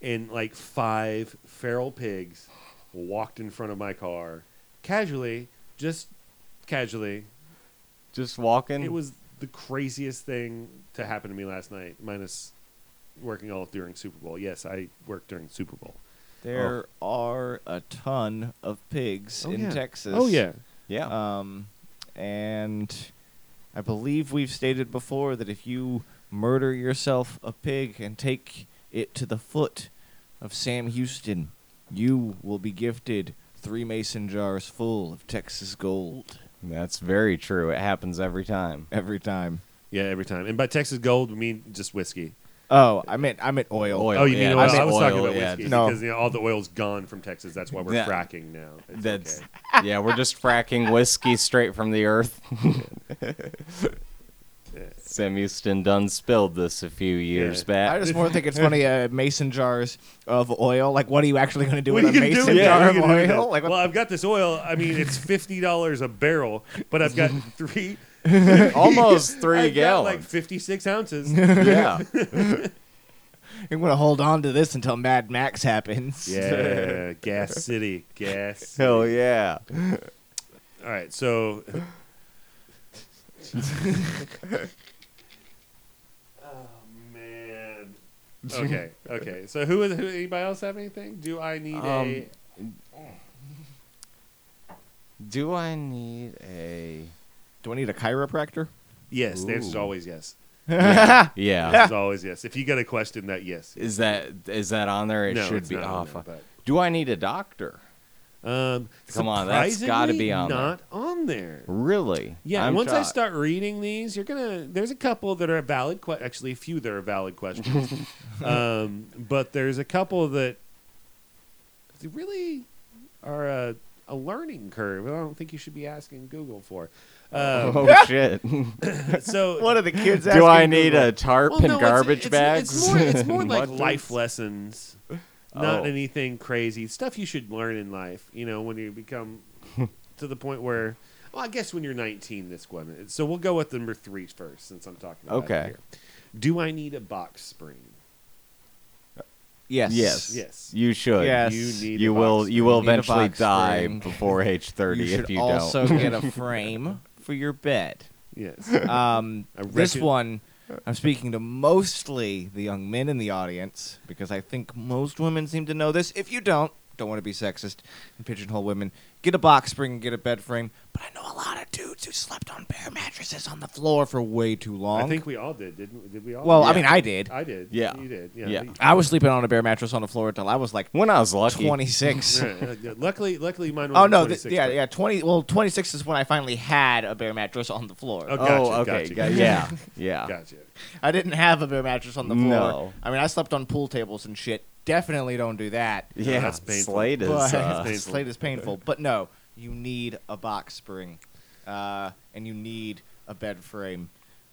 and like five feral pigs walked in front of my car, casually, just casually.
Just walking.
It was the craziest thing to happen to me last night, minus working all during Super Bowl. Yes, I worked during Super Bowl.
There are a ton of pigs in Texas.
Oh yeah.
yeah.
Um, and I believe we've stated before that if you murder yourself a pig and take it to the foot of Sam Houston, you will be gifted three mason jars full of Texas gold
That's very true. It happens every time.
every time.
Yeah, every time. And by Texas Gold, we mean just whiskey.
Oh, I meant I meant oil.
Oil.
Oh, you
yeah,
mean oil?
I
I,
meant
was talking
oil,
about
yeah,
whiskey
no.
because you know, all the oil's gone from Texas. That's why we're
Yeah.
fracking now. It's
That's <laughs>
okay.
yeah. We're just fracking whiskey straight from the earth. Sam Houston done spilled this a few years
Yeah.
back.
I just more think it's funny uh, mason jars of oil. Like, what are you actually going to do
What
with
are
a
you gonna do?
mason
with that?
jar
What
of
are you gonna do with
oil?
that?
Like, what-
well, I've got this oil. I mean, it's fifty dollars a barrel, but
<laughs>
I've got three, three
Almost three
I've got
gallons.
like
<laughs>
fifty-six ounces.
yeah.
I'm going to hold on to this until Mad Max happens.
yeah, Gas City, Gas. City.
Hell yeah.
All right,
<laughs>
so. oh Oh, man. Okay, okay. So who is who? Anybody else have anything? Do I need a?
Um, Do I need a?
Do I need a chiropractor?
Yes, the answer's
Ooh. Ah.
always yes.
Yeah.
It's always yes. If you got a question, that yes.
Is that is that on there? It
no,
should
it's
be.
not
Oh,
on there,
fuck.
but-
Do I need a doctor?
Um,
Come on, that's gotta be
surprisingly
on there.
Not on there.
Really?
Yeah.
I'm
once I
shocked.
start reading these, you're gonna. There's a couple that are valid. Que- actually, a few that are
<laughs>
valid questions. um, but there's a couple that really are a, a learning curve. I don't think you should be asking Google for.
<laughs>
<laughs> Um,
Oh shit.
so
What are the kids
Do I need a tarp
Well,
and
no, it's-
Er, garbage
it's,
bags?
It's more, it's more like
Buttons?
life lessons, not
Oh.
anything crazy. Stuff you should learn in life, you know, when you become to the point where, well, I guess when you're 19, this one. So we'll go with number three first, since I'm talking about
Okay.
it here. Do I need a box spring?
<laughs>
Yes.
Yes.
Yes.
You should.
Yes.
You need
You
a
will.
box
You will
You need a
eventually
box
die
spring.
before age thirty
You should
if you <laughs>
also
don't.
get a frame for your bed.
Yes.
<laughs> Um,
I
this
reckon-
one, I'm speaking to mostly the young men in the audience because I think most women seem to know this. If you don't, don't want to be sexist and pigeonhole women. Get a box spring and get a bed frame. But I know a lot of dudes who slept on bare mattresses on the floor for way too long.
I think we all did, didn't we? Did we all?
well, I
Yeah.
mean, I did.
I did.
Yeah.
You did. Yeah.
Yeah.
I was sleeping on a bare mattress on the floor until I was like
When I was lucky.
<laughs>
26.
<laughs> Yeah. Luckily, luckily mine was
Oh no! Th-
26,
yeah,
but-
yeah. Twenty. Well, twenty six is when I finally had a bare mattress on the floor.
Okay.
Oh,
Gotcha,
okay.
gotcha,
got-
<laughs> gotcha.
Yeah. Yeah.
Gotcha.
I didn't have a bare mattress on the floor.
No.
I mean, I slept on pool tables and shit. Definitely don't do that.
Yeah.
<laughs> That's painful.
Slate is.
<laughs> But
uh,
painful.
slate is painful. But no, you need a box spring, uh, and you need a bed frame.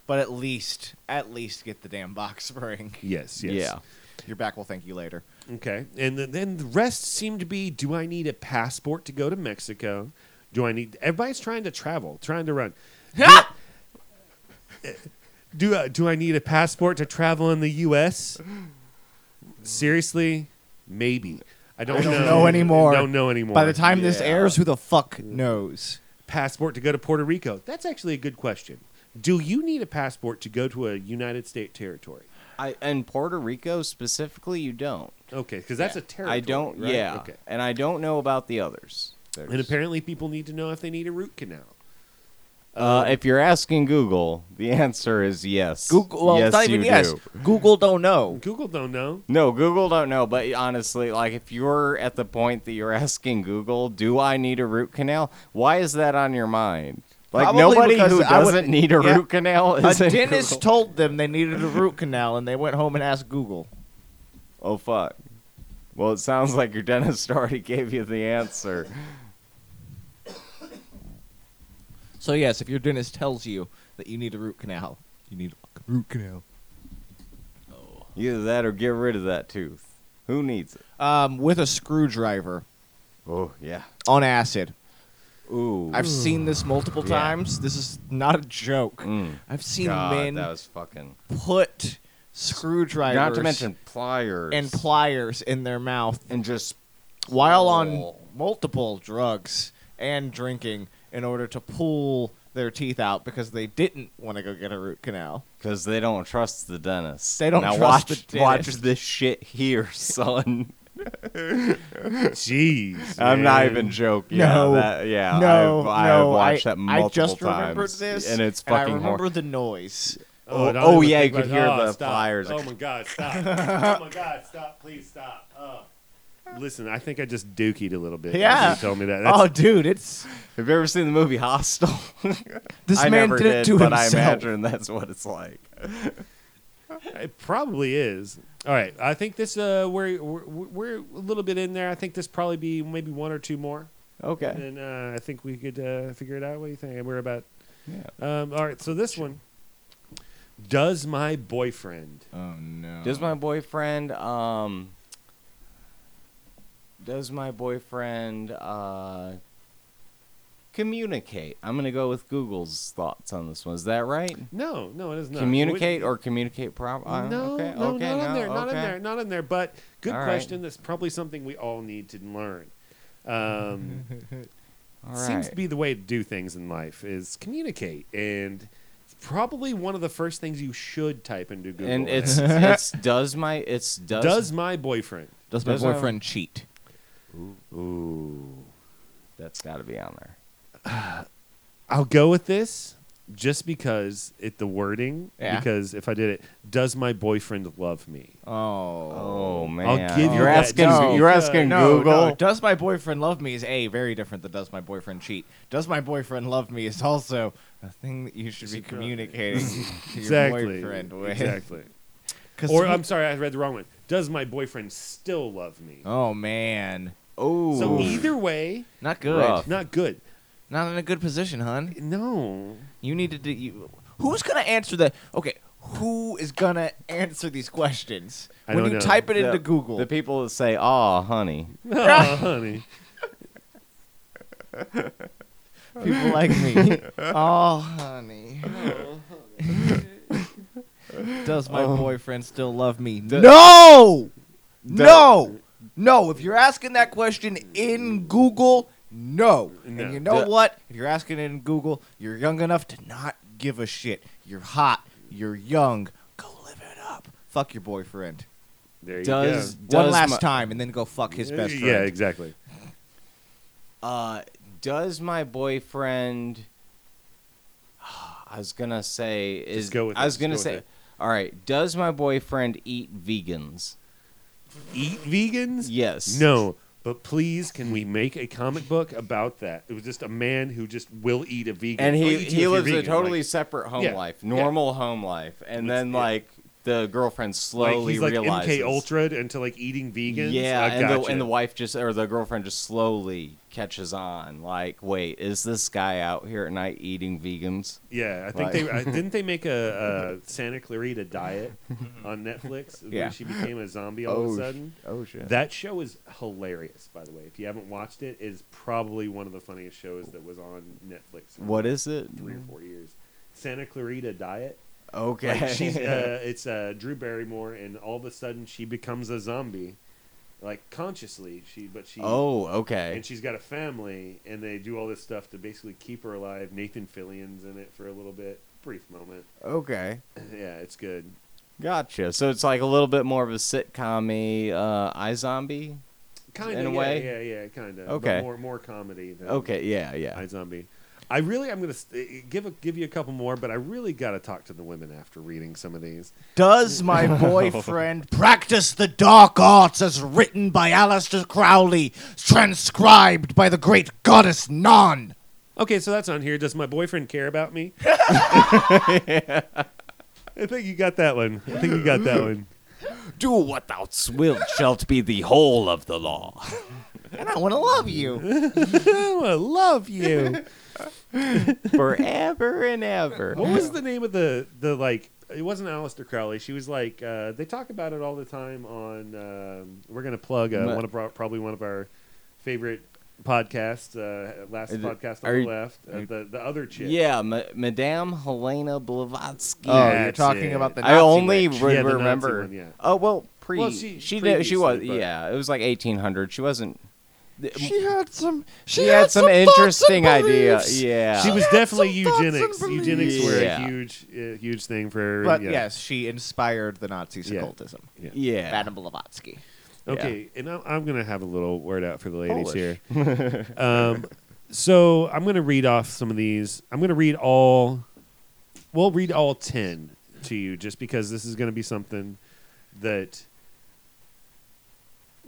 But at least, at least get the damn box <laughs> spring.
Yes. Yes.
yeah.
Your back will thank you
<laughs>
later.
Okay. And th- then the rest seem to be do I need a passport to go to Mexico? Do I need. Everybody's trying to travel, trying to run. Do, uh, do I need a passport to travel in the U.S.? Seriously? Maybe. I don't,
I don't
know.
know anymore.
Don't know anymore.
By the time this
Yeah.
airs, who the fuck knows?
passport to go to Puerto Rico. That's actually a good question. Do you need a passport to go to a United States territory?
I and Puerto Rico specifically, you don't.
Okay, because that's a territory.
I don't.
right?
Yeah.
Okay.
And I don't know about the others. There's-
And apparently, people need to know if they need a root canal.
Uh, if you're asking Google, the answer is yes.
Google. Well,
yes,
not even
you
yes.
do.
Google don't know.
Google don't know.
No, Google don't know, but honestly, like if you're at the point that you're <laughs> asking Google, do I need a root canal? Why is that on your mind? Like
Probably
nobody
because
who
I would-
doesn't need a
yeah.
root
<laughs>
canal
A
is in
dentist
Google.
told them they needed a root canal, and they went home and asked Google.
Oh fuck. Well, it sounds like your dentist <laughs> already gave you the answer.
So yes, if your dentist tells you that you need a root canal, you need a root canal.
Either that or get rid of that tooth. Who needs it?
Um, with a screwdriver
Oh yeah.
on acid.
Ooh.
I've seen this multiple
Yeah.
times. This is not a joke.
Mm.
I've seen
God,
men
that was fucking.
put screwdrivers
Not to mention pliers
and pliers in their mouth
and just
while on
Oh.
multiple drugs and drinking in order to pull their teeth out because they didn't want to go get a root canal.
because they don't trust the dentist.
They don't
now
trust
watch, <laughs>
the
Watch
dentist.
this shit here, son.
<laughs>
Jeez,
I'm not
man.
even joking.
No.
yeah, that, yeah.
no,
I've, I
no,
watched
I,
that multiple
I just
times,
remembered this,
and it's
I
fucking
remember
horrible. <laughs>
the noise.
Oh,
don't
oh,
even
yeah,
think
you could
about it.
hear
Oh,
the
stop.
pliers.
Oh my god,
<laughs>
stop! oh my god, stop! Please stop! Oh. Listen, I think I just dookied a little bit.
Yeah.
you told me that. That's-
Oh, dude, it's
Have you ever seen the movie Hostel? <laughs>
this
I
man
never
did it to
but
himself.
I imagine that's what it's like. Oh.
It probably is. All right, I think this uh, we're, we're we're a little bit in there. I think this probably be maybe one or two more, and
Okay.
then uh, I think we could uh, figure it out. What do you think? We're about.
Yeah.
Um, all right, so this one. Does my boyfriend?
Uh.
Oh no.
Does my boyfriend um does my boyfriend uh communicate? I'm going to go with Google's thoughts on this one. Is that right?
No, no, it is not.
communicate
Would-
or communicate problem?
no,
Uh, okay,
no,
okay,
not in
no,
there, not in
okay.
there, not in there. But good
All right.
question. That's probably something we all need to learn. Um,
Mm-hmm. All
seems to
right.
be the way to do things in life is communicate, and it's probably one of the first things you should type into Google.
and
<laughs>
it's it's does my it's does,
does my boyfriend?
Does my
Does my-
boyfriend cheat?
ooh that's got to be on there.
I'll go with this just because it the wording.
Yeah.
Because if I did it, does my boyfriend love me?
Oh.
Oh man,
give you
are
that
asking
just
you're
because-
asking
No,
Google.
no. Does my boyfriend love me is a very different than does my boyfriend cheat. Does my boyfriend love me is also a thing that you should be
<laughs>
communicating to your
Exactly.
boyfriend with.
Exactly.
<laughs> 'Cause
Or
we-
I'm sorry, I read the wrong one. Does my boyfriend still love me?
<laughs> oh man,
Oh,
So either way,
not good.
Rough.
not good.
Not in a good position, hun.
No.
You need to do. You, who's gonna answer that? Okay, who is gonna <laughs> answer these questions
I
when
don't
you
know.
type it
the-
into Google?
The people that say, "Ah, honey."
Oh, honey.
people like me. oh, honey. <laughs> Does my boyfriend still love me?
No, no, no. If you're asking that question in Google, no.
No.
And you know
Duh.
what? If you're asking it in Google, you're young enough to not give a shit. You're hot. You're young. Go live it up. Fuck your boyfriend.
There you
Does
go.
does
One last
my,
time, and then go fuck his best
Yeah,
friend.
exactly.
Uh, does my boyfriend? I was gonna say is
go with
I
it,
was
just
gonna
go with
say,
it.
all right. Does my boyfriend eat vegans?
Eat vegans?
Yes.
No. But please, can we make a comic book about that? It was just a man who just will eat a vegan.
And
I'll
he
eat you if
he
you're
lives a
vegan,
totally
like-
separate home
Yeah,
life,
yeah.
normal home life, and
That's
then
it.
like the girlfriend
like,
slowly
he's like
realizes.
MK Ultra into like eating vegans.
Yeah,
I
and the
gotcha.
and the wife just or the girlfriend just slowly catches on. Like, wait, is this guy out here at night eating vegans?
Yeah, I think
Like-
they I, didn't they
<laughs>
make a, a Santa Clarita diet on Netflix
Yeah.
where she became a zombie all of a sudden.
oh shit!
That show is hilarious, by the way. If you haven't watched it, it is probably one of the funniest shows that was on Netflix. for
what is it?
three or four years? Santa
<laughs>
Clarita Diet.
Okay,
Like, she's uh, it's uh, Drew Barrymore, and all of a sudden she becomes a zombie, like consciously. She but she
<laughs> oh
and
okay.
she's got a family, and they do all this stuff to basically keep her alive. Nathan Fillion's in it for a little bit, brief moment.
Okay.
<clears throat> Yeah, it's good.
Gotcha. So it's like a little bit more of a sitcom uh iZombie.
Kind of
In a
yeah,
way?
yeah, yeah, kind of.
Okay.
more more comedy. Than
Okay, yeah, yeah.
iZombie. I really, I'm gonna st- eh, give a, give you a couple more, but I really got to talk to the women after reading some of these.
<laughs>
Does my boyfriend practice the dark arts as written by Aleister Crowley, transcribed by the great goddess Nan?
Okay, so that's on here. Does my boyfriend care about me? I think you got that one. I think you got that one.
Do what thou wilt shalt be the whole of the law.
And I want to love you.
I love you.
Forever and
<laughs>
ever.
uh, What was the name of the the like? It wasn't Aleister Crowley. She was like uh, they talk about it all the time on. Um, we're gonna plug uh,
Ma-
one of pro- probably one of our favorite podcasts. Uh, last
Is it-
podcast on
are
the
you-
left. Uh,
are you-
the the other chick.
Yeah, Ma- Madame Helena Blavatsky.
<laughs> Oh, you're
That's
talking
it.
about the Nazi
I only
witch.
re-
Yeah, the Nazi
remember.
one, yeah.
Oh well, pre
Well, she-
she she, did, she was
previously, but-
yeah. It was like 1800 She wasn't.
She had some. She,
She had some
thoughts and
interesting idea.
beliefs.
Yeah,
She was
<laughs> had
definitely
some thoughts and beliefs.
eugenics. Eugenics were a
Yeah.
huge, uh, huge thing for her.
But
yeah.
yes, she inspired the Nazis'
Yeah.
occultism.
yeah.
Madame Blavatsky.
Okay, and I'm, I'm gonna have a little word out for the ladies
Polish.
here.
<laughs>
um, so I'm gonna read off some of these. I'm gonna read all. We'll read all ten to you, just because this is gonna be something that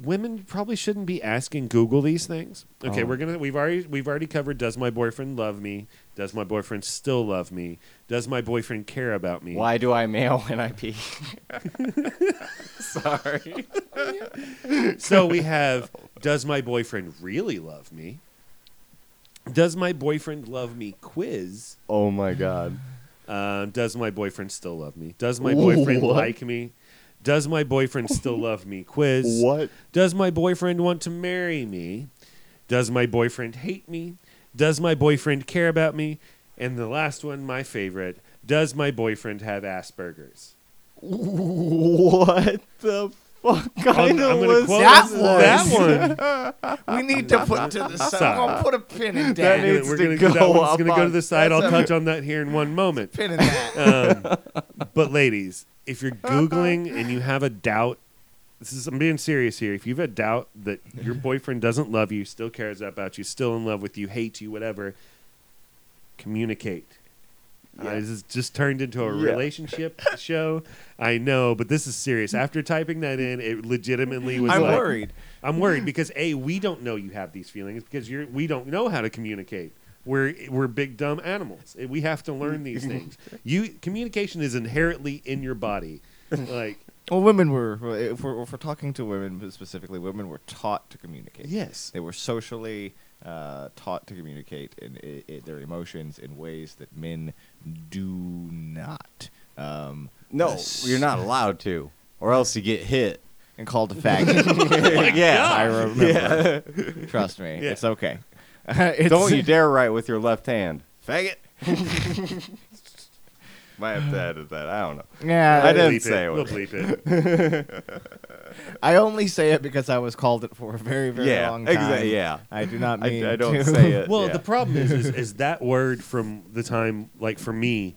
women probably shouldn't be asking Google these things. Okay,
Oh.
we're gonna we've already we've already covered. Does my boyfriend love me? Does my boyfriend still love me? Does my boyfriend care about me?
Why do I mail when I
<laughs>
pee? Sorry.
So we have Does my boyfriend really love me? Does my boyfriend love me quiz?
Oh my god.
Um, does my boyfriend still love me? Does my boyfriend
What?
like me? Does my boyfriend still love me quiz? Does my boyfriend want to marry me? Does my boyfriend hate me? Does my boyfriend care about me? And the last one, my favorite, does my boyfriend have Asperger's?
What the fuck
I'm,
kind
I'm
of
gonna
was
quote
that
that
one?
one.
Uh,
We need to put to the side.
Sorry.
I'm gonna put a pin in
That
that.
is- needs
we're
to
gonna do that
go
one's gonna
up
go to
on-
the side. I'll
that's
touch on that here in
<laughs>
one moment.
pin
<laughs>
in that.
Um, but ladies, if you're googling and you have a doubt, this is I'm being serious here. If you have a doubt that your boyfriend doesn't love you, still cares about you, still in love with you, hates you, whatever, communicate. Uh, this has just turned into a
Yeah.
relationship show. I know, but this is serious. After typing that in, it legitimately was
I'm
like,
worried.
I'm worried because a we don't know you have these feelings because you're we don't know how to communicate. We're we're big dumb animals. We have to learn
<laughs>
these things. You communication is inherently in your body. Like
Well, women were. If we're, if we're talking to women specifically, women were taught to communicate.
yes,
They were socially uh, taught to communicate in, i i their emotions in ways that men do not. Um,
No,
Yes.
you're not allowed to, or else you get hit.
and called a faggot.
<laughs>
Oh
<laughs>
yeah,
I remember.
Yeah.
Trust me,
Yeah.
it's okay. <laughs>
<laughs>
It's-
Don't you dare write with your left hand, faggot. Might have to edit that. I don't know.
Yeah,
<laughs> I didn't
Bleep
say
it.
it
We'll
was-
bleep
<laughs>
it.
I only say it because I was called it for a very, very
Yeah,
long time.
exa- yeah.
I do not mean.
I, I
to-
don't
<laughs>
say it.
Well,
yeah.
the problem is, is is that word from the time like for me,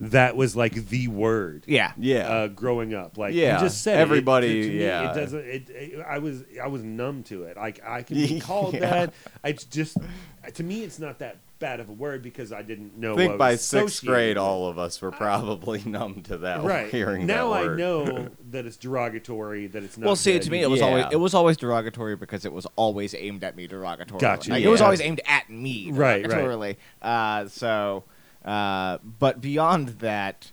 that was like the word.
Yeah.
yeah.
uh, growing up. Like
Yeah,
you just said, it. It-
everybody,
to me,
yeah.
it doesn't. It, it- I was I was numb to it. Like I can be
<laughs> Yeah.
called that. I just to me, it's not that bad of a word because I didn't know.
I
what
think
it
by
was
sixth
associated
grade,
with. Uh,
all of us were probably numb to that. <laughs>
right
Hearing
now,
that
I
word. <laughs>
know that it's derogatory. That it's not.
Well, see,
good.
to me,
You-
it was
Yeah.
always it was always derogatory because it was always aimed at me derogatorily.
Gotcha,
Like, It was
yeah.
always aimed at me
Right, right.
derogatorily. Uh, so, uh, but beyond that,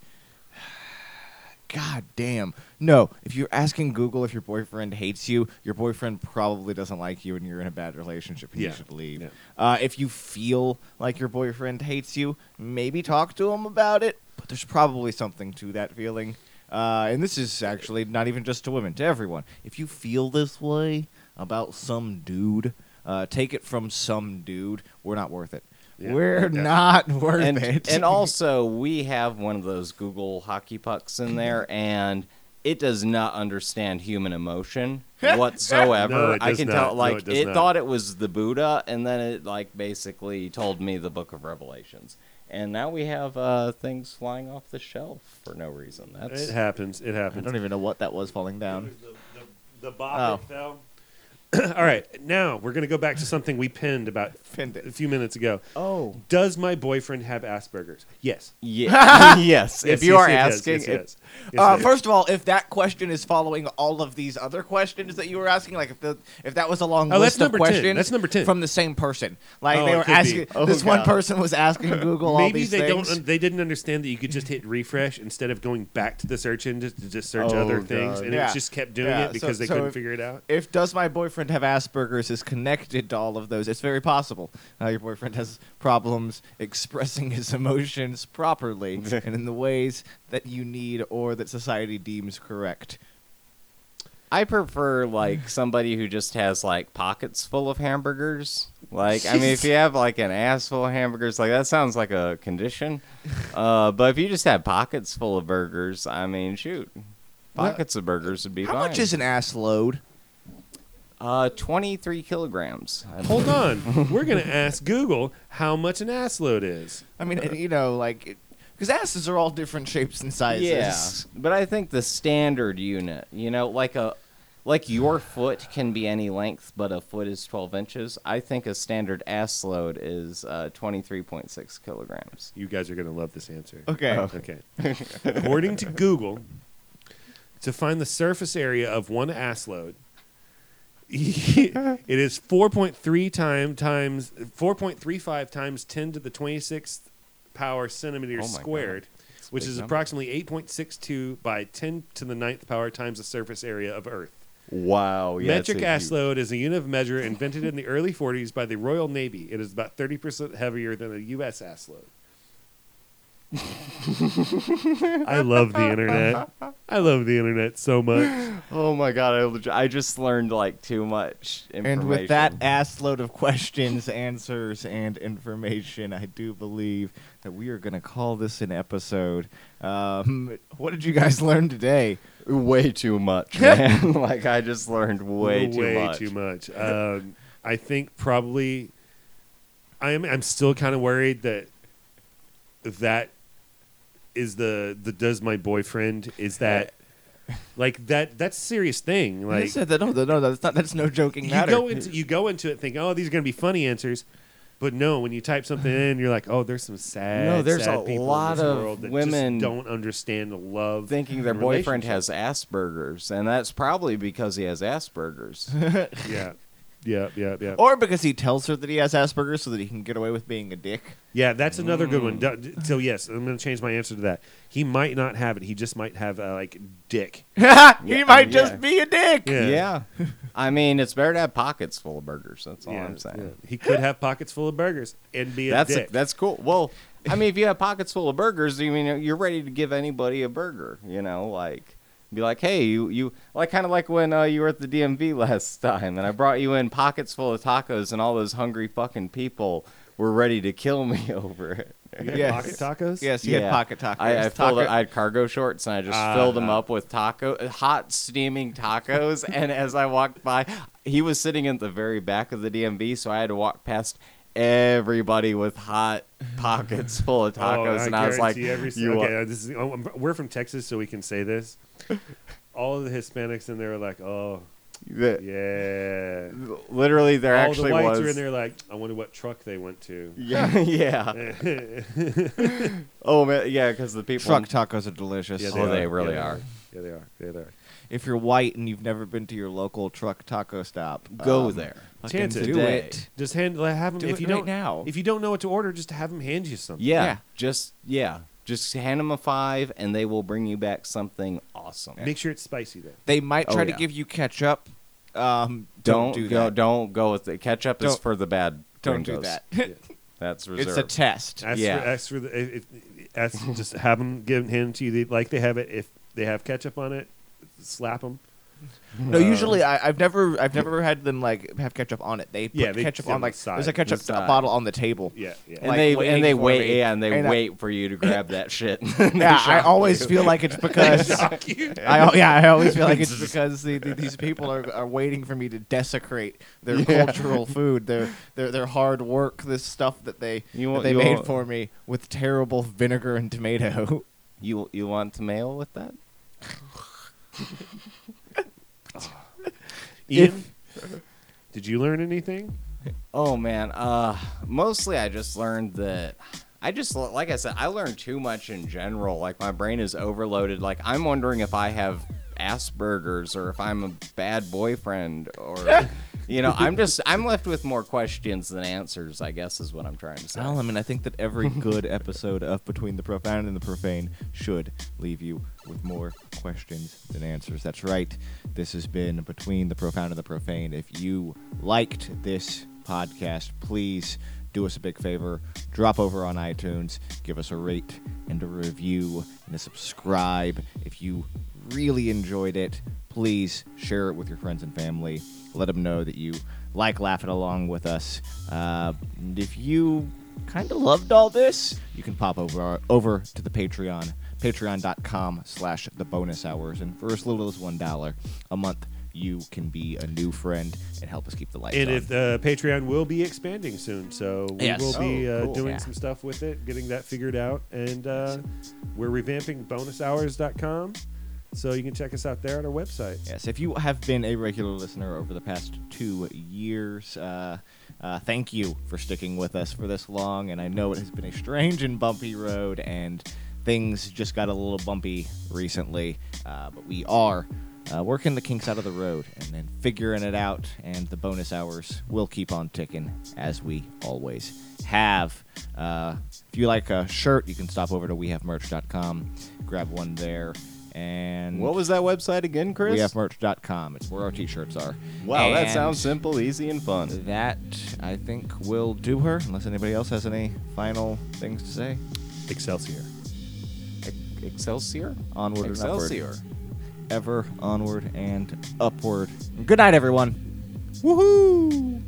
god damn, no. If you're asking Google if your boyfriend hates you, your boyfriend probably doesn't like you, and you're in a bad relationship, and
Yeah,
you should leave.
yeah.
Uh, if you feel like your boyfriend hates you, maybe talk to him about it. But there's probably something to that feeling. Uh, and this is actually not even just to women, to everyone. If you feel this way about some dude, uh, take it from some dude. We're not worth it.
Yeah,
We're
yeah.
not worth
and,
it.
and also, we have one of those Google hockey pucks in
<laughs>
there, and it does not understand human
<laughs>
emotion whatsoever.
No, it
I
does
can
not.
tell,
No, it
like,
does
it
not.
thought it was the Buddha, and then it, like, basically told me the Book of Revelations. And now we have uh, things flying off the shelf for no reason. That's
it happens. It
I
<clears throat> happens.
don't even know what that was falling
It
down.
was The, the, the bop
Oh.
that fell. <clears throat> All right, now we're gonna go back to something we pinned about
Pinned it.
a few minutes ago.
Oh.
Does my boyfriend have Asperger's? Yes.
<laughs>
Yeah. yes.
Yes,
If you
yes,
are
he does.
asking,
Yes, he
if-
does. Yes,
Uh,
he does.
first of all, if that question is following all of these other questions that you were asking, like if the if that was a long
Oh, that's
list of
number 10.
questions,
That's number 10.
from the same person. Like
Oh,
they
it
were
could be.
asking
Oh,
this one
God.
person was asking Google all
Maybe
these
they
things.
don't. They didn't understand that you could just hit refresh instead of going back to the search engine to just search
Oh,
other
God.
things, and
Yeah.
it just kept doing
Yeah,
it because
so-
they
so
couldn't
if-
figure it out.
If does my boyfriend have Asperger's is connected to all of those, it's very possible. Uh, your boyfriend has problems expressing his emotions
<laughs>
properly and in the ways that you need or that society deems correct.
I prefer like somebody who just has like pockets full of hamburgers. Like, I mean, if you have like an ass full of hamburgers, like that sounds like a condition. Uh, but if you just have pockets full of burgers, I mean, shoot, pockets of burgers would be
How
fine.
much is an ass load?
Uh, twenty-three kilograms. I
Hold
believe.
<laughs>
on, we're gonna ask Google how much an ass load is.
<laughs>
I mean, it-
You know, like
because asses are all different shapes and sizes.
Yeah, but I think the standard unit, you know, like a like your foot can be any length, but a foot is twelve inches. I think a standard ass load is uh, twenty-three point six kilograms.
You guys are gonna love this answer. Oh.
okay,
Okay. According to Google, to find the surface area of one ass load, <laughs> it is 4.3 time times 4.35 times 10 to the 26th power
Oh
centimeters
my God.
squared,
That's a
which
big
is
number.
approximately 8.62 by 10 to the ninth power times the surface area of Earth.
Wow. Yeah,
Metric ass load is a unit of measure invented in the early 40s by the Royal Navy. It is about 30% heavier than a U.S. ass <laughs> load. I love the internet. I love the internet so much.
Oh my god, I, leg- I just learned like too much information.
and with that ass load of questions, answers, and information, I do believe that we are going to call this an episode. Um, what did you guys learn today?
way too
<laughs>
much, <laughs> man. like I just learned way too much.
too much. Um, I think probably I'm I'm still kind of worried that that is the the does my boyfriend is <laughs> that like that that's a serious thing
I
like
said that, no, no, no, that's not. That's no joking
you
matter.
go into you go into it thinking, oh, these are gonna be funny answers, but no, when you type something in, you're like, oh, there's some sad.
No, there's
sad
a
people in
lot
this
of
world that
women
just don't understand the love.
Thinking their
and
boyfriend
relationship.
has Asperger's, and that's probably because he has Asperger's.
yeah, yeah, yeah, yeah.
<laughs>
Oh.
or because he tells her that he has Asperger's so that he can get away with being a dick. <laughs>
yeah, that's another good one. Du- d- So yes, I'm gonna change my answer to that. He might not have it. He just might have uh, like dick.
he might just be a dick.
Yeah.
Yeah. <laughs> I mean, it's better to have pockets full of burgers. That's all
Yeah,
I'm saying.
yeah. He could have pockets full of burgers and be a
That's
dick.
that's cool. Well, I mean, if you have pockets full of burgers, you mean you're ready to give anybody a burger. You know, like be like, hey, you you like kind of like when uh, you were at the DMV <laughs> last time, and I brought you in pockets full of tacos, and all those hungry fucking people were ready to kill me <laughs> over it.
You have
Yes.
Pocket tacos.
Yes, he had pocket tacos.
I, I filled.
Taco-
I had cargo shorts, and I just filled
Uh-huh.
them up with taco, hot steaming
<laughs>
tacos. and as I walked by, he was sitting at the very back of the DMV, so I had to walk past everybody with hot
<laughs>
pockets full of tacos, and I was like,
Oh, guarantee every-
"You
okay,
are-
uh, this is, oh, I'm- we're from Texas, so we can
<laughs>
say this. All of the Hispanics in there are like, oh,
the-
yeah.
literally, there
All
actually
the whites
was."
are in there <laughs> like, I wonder what truck they went to.
yeah, <laughs>
<laughs>
yeah. Oh man, yeah, because the people.
Truck tacos are delicious.
Yeah,
Oh, they
are.
really
Yeah,
are.
Yeah, they are. Yeah, they are.
If you're white and you've never been to your local truck taco stop,
Go
um,
there.
fucking
Chance it.
do
Today.
it.
Just hand, like, have them.
Do
if
it
you
right
don't
now.
if you don't know what to order, just have them hand you something.
Yeah,
Yeah.
just yeah, just hand them a five, and they will bring you back something awesome.
Make sure it's spicy though.
They might
Oh,
try
yeah.
to give you ketchup. Um,
don't,
don't, do
go.
that.
Don't go with it. Ketchup is
Don't-
for the bad.
Don't do
gringos.
that.
That's
<laughs> it's
reserved.
a test.
Ask
Yeah.
for, ask for the, if, if- ask, just have them give hand to you they, like they have it. If they have ketchup on it, slap them.
No, usually
Um,
I, I've never, I've never had them like have ketchup on it. They put
Yeah, they
ketchup
sit
on
on
like
the side.
there's a ketchup
The side.
bottle on the table.
Yeah, yeah.
and
like,
they
waiting
and they
for
wait.
me.
Yeah, and they
And I-
wait for you to grab <laughs> that shit.
Yeah, I always feel
<laughs>
like it's because I al- yeah, I always feel like it's because the, the, these people are, are waiting for me to desecrate their
<laughs>
cultural food, their their their hard work, this stuff that they
You
that
want-
they
you
made
want-
for me with terrible vinegar and tomato.
you you want to mail with that?
Ian, Did you learn anything?
Oh man, uh mostly I just learned that I just like I said I learned too much in general. Like my brain is overloaded. Like I'm wondering if I have Asperger's or if I'm a bad boyfriend <laughs> or you know, I'm just I'm left with more questions than answers, I guess is what I'm trying to say.
Well, I mean, I think that every good episode of Between the Profound and the Profane should leave you with more questions than answers. That's right. This has been Between the Profound and the Profane. If you liked this podcast, please do us a big favor. Drop over on iTunes, give us a rate and a review and a subscribe. If you really enjoyed it, please share it with your friends and family. Let them know that you like laughing along with us. Uh, and if you kind of loved all this, you can pop over over to the Patreon, patreon.com slash the bonus hours. And for as little as $1 a month, you can be a new friend and help us keep the lights
And
on.
if uh, Patreon will be expanding soon, so we
Yes.
will be
Oh,
uh,
cool.
doing
Yeah.
some stuff with it, getting that figured out, and uh, we're revamping bonushours.com, so you can check us out there on our website.
Yes, if you have been a regular listener over the past two years, uh, uh, thank you for sticking with us for this long. And I know it has been a strange and bumpy road, and things just got a little bumpy recently. Uh, but we are uh, working the kinks out of the road and then figuring it out, and the bonus hours will keep on ticking as we always have. Uh, if you like a shirt, you can stop over to wehavemerch.com, grab one there. And
What was that website again, Chris?
WeFmerch.com. It's where our t-shirts are.
wow, that
And
sounds simple, easy, and fun.
That I think will do her. Unless anybody else has any final things to say.
Excelsior.
Ex- Excelsior?
Onward and upward.
Excelsior.
Ever onward and upward. Good night, everyone. Woohoo!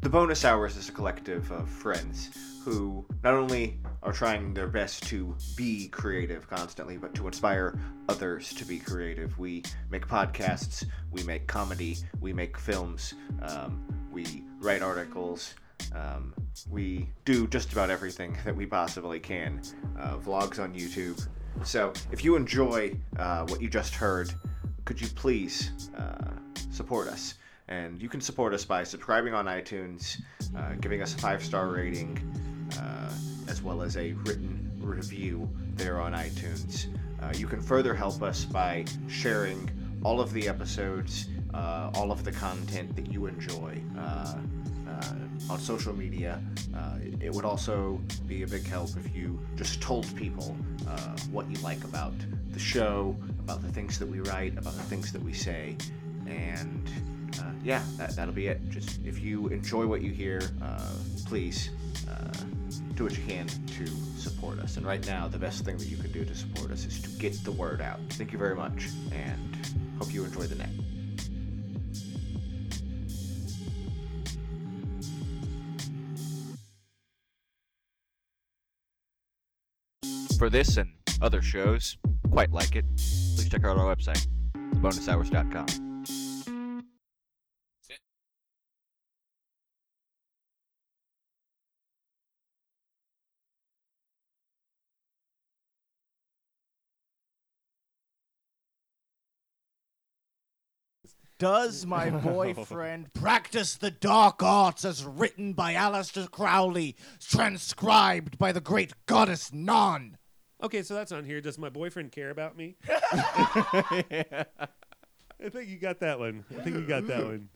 The Bonus Hours is a collective of friends who not only are trying their best to be creative constantly, but to inspire others to be creative. We make podcasts, we make comedy, we make films, um, we write articles. Um, we do just about everything that we possibly can. Uh, vlogs on YouTube. So if you enjoy uh, what you just heard, could you please uh, support us? And you can support us by subscribing on iTunes, uh, giving us a five star rating, uh, as well as a written review there on iTunes. Uh, you can further help us by sharing all of the episodes, uh, all of the content that you enjoy. Uh, uh, on social media. Uh, it would also be a big help if you just told people uh, what you like about the show, about the things that we write, about the things that we say, and uh, yeah, that, that'll be it. Just if you enjoy what you hear, uh, please uh, do what you can to support us. And right now, the best thing that you can do to support us is to get the word out. Thank you very much, and hope you enjoy the night.
For this and other shows quite like it, please check out our website, bonushours.com.
Does my boyfriend practice the dark arts as written by Aleister Crowley, transcribed by the great goddess Nan?
Okay, so that's on here. Does my boyfriend care
<laughs>
<laughs>
<laughs> about me? I think you got that one. I think you got that one.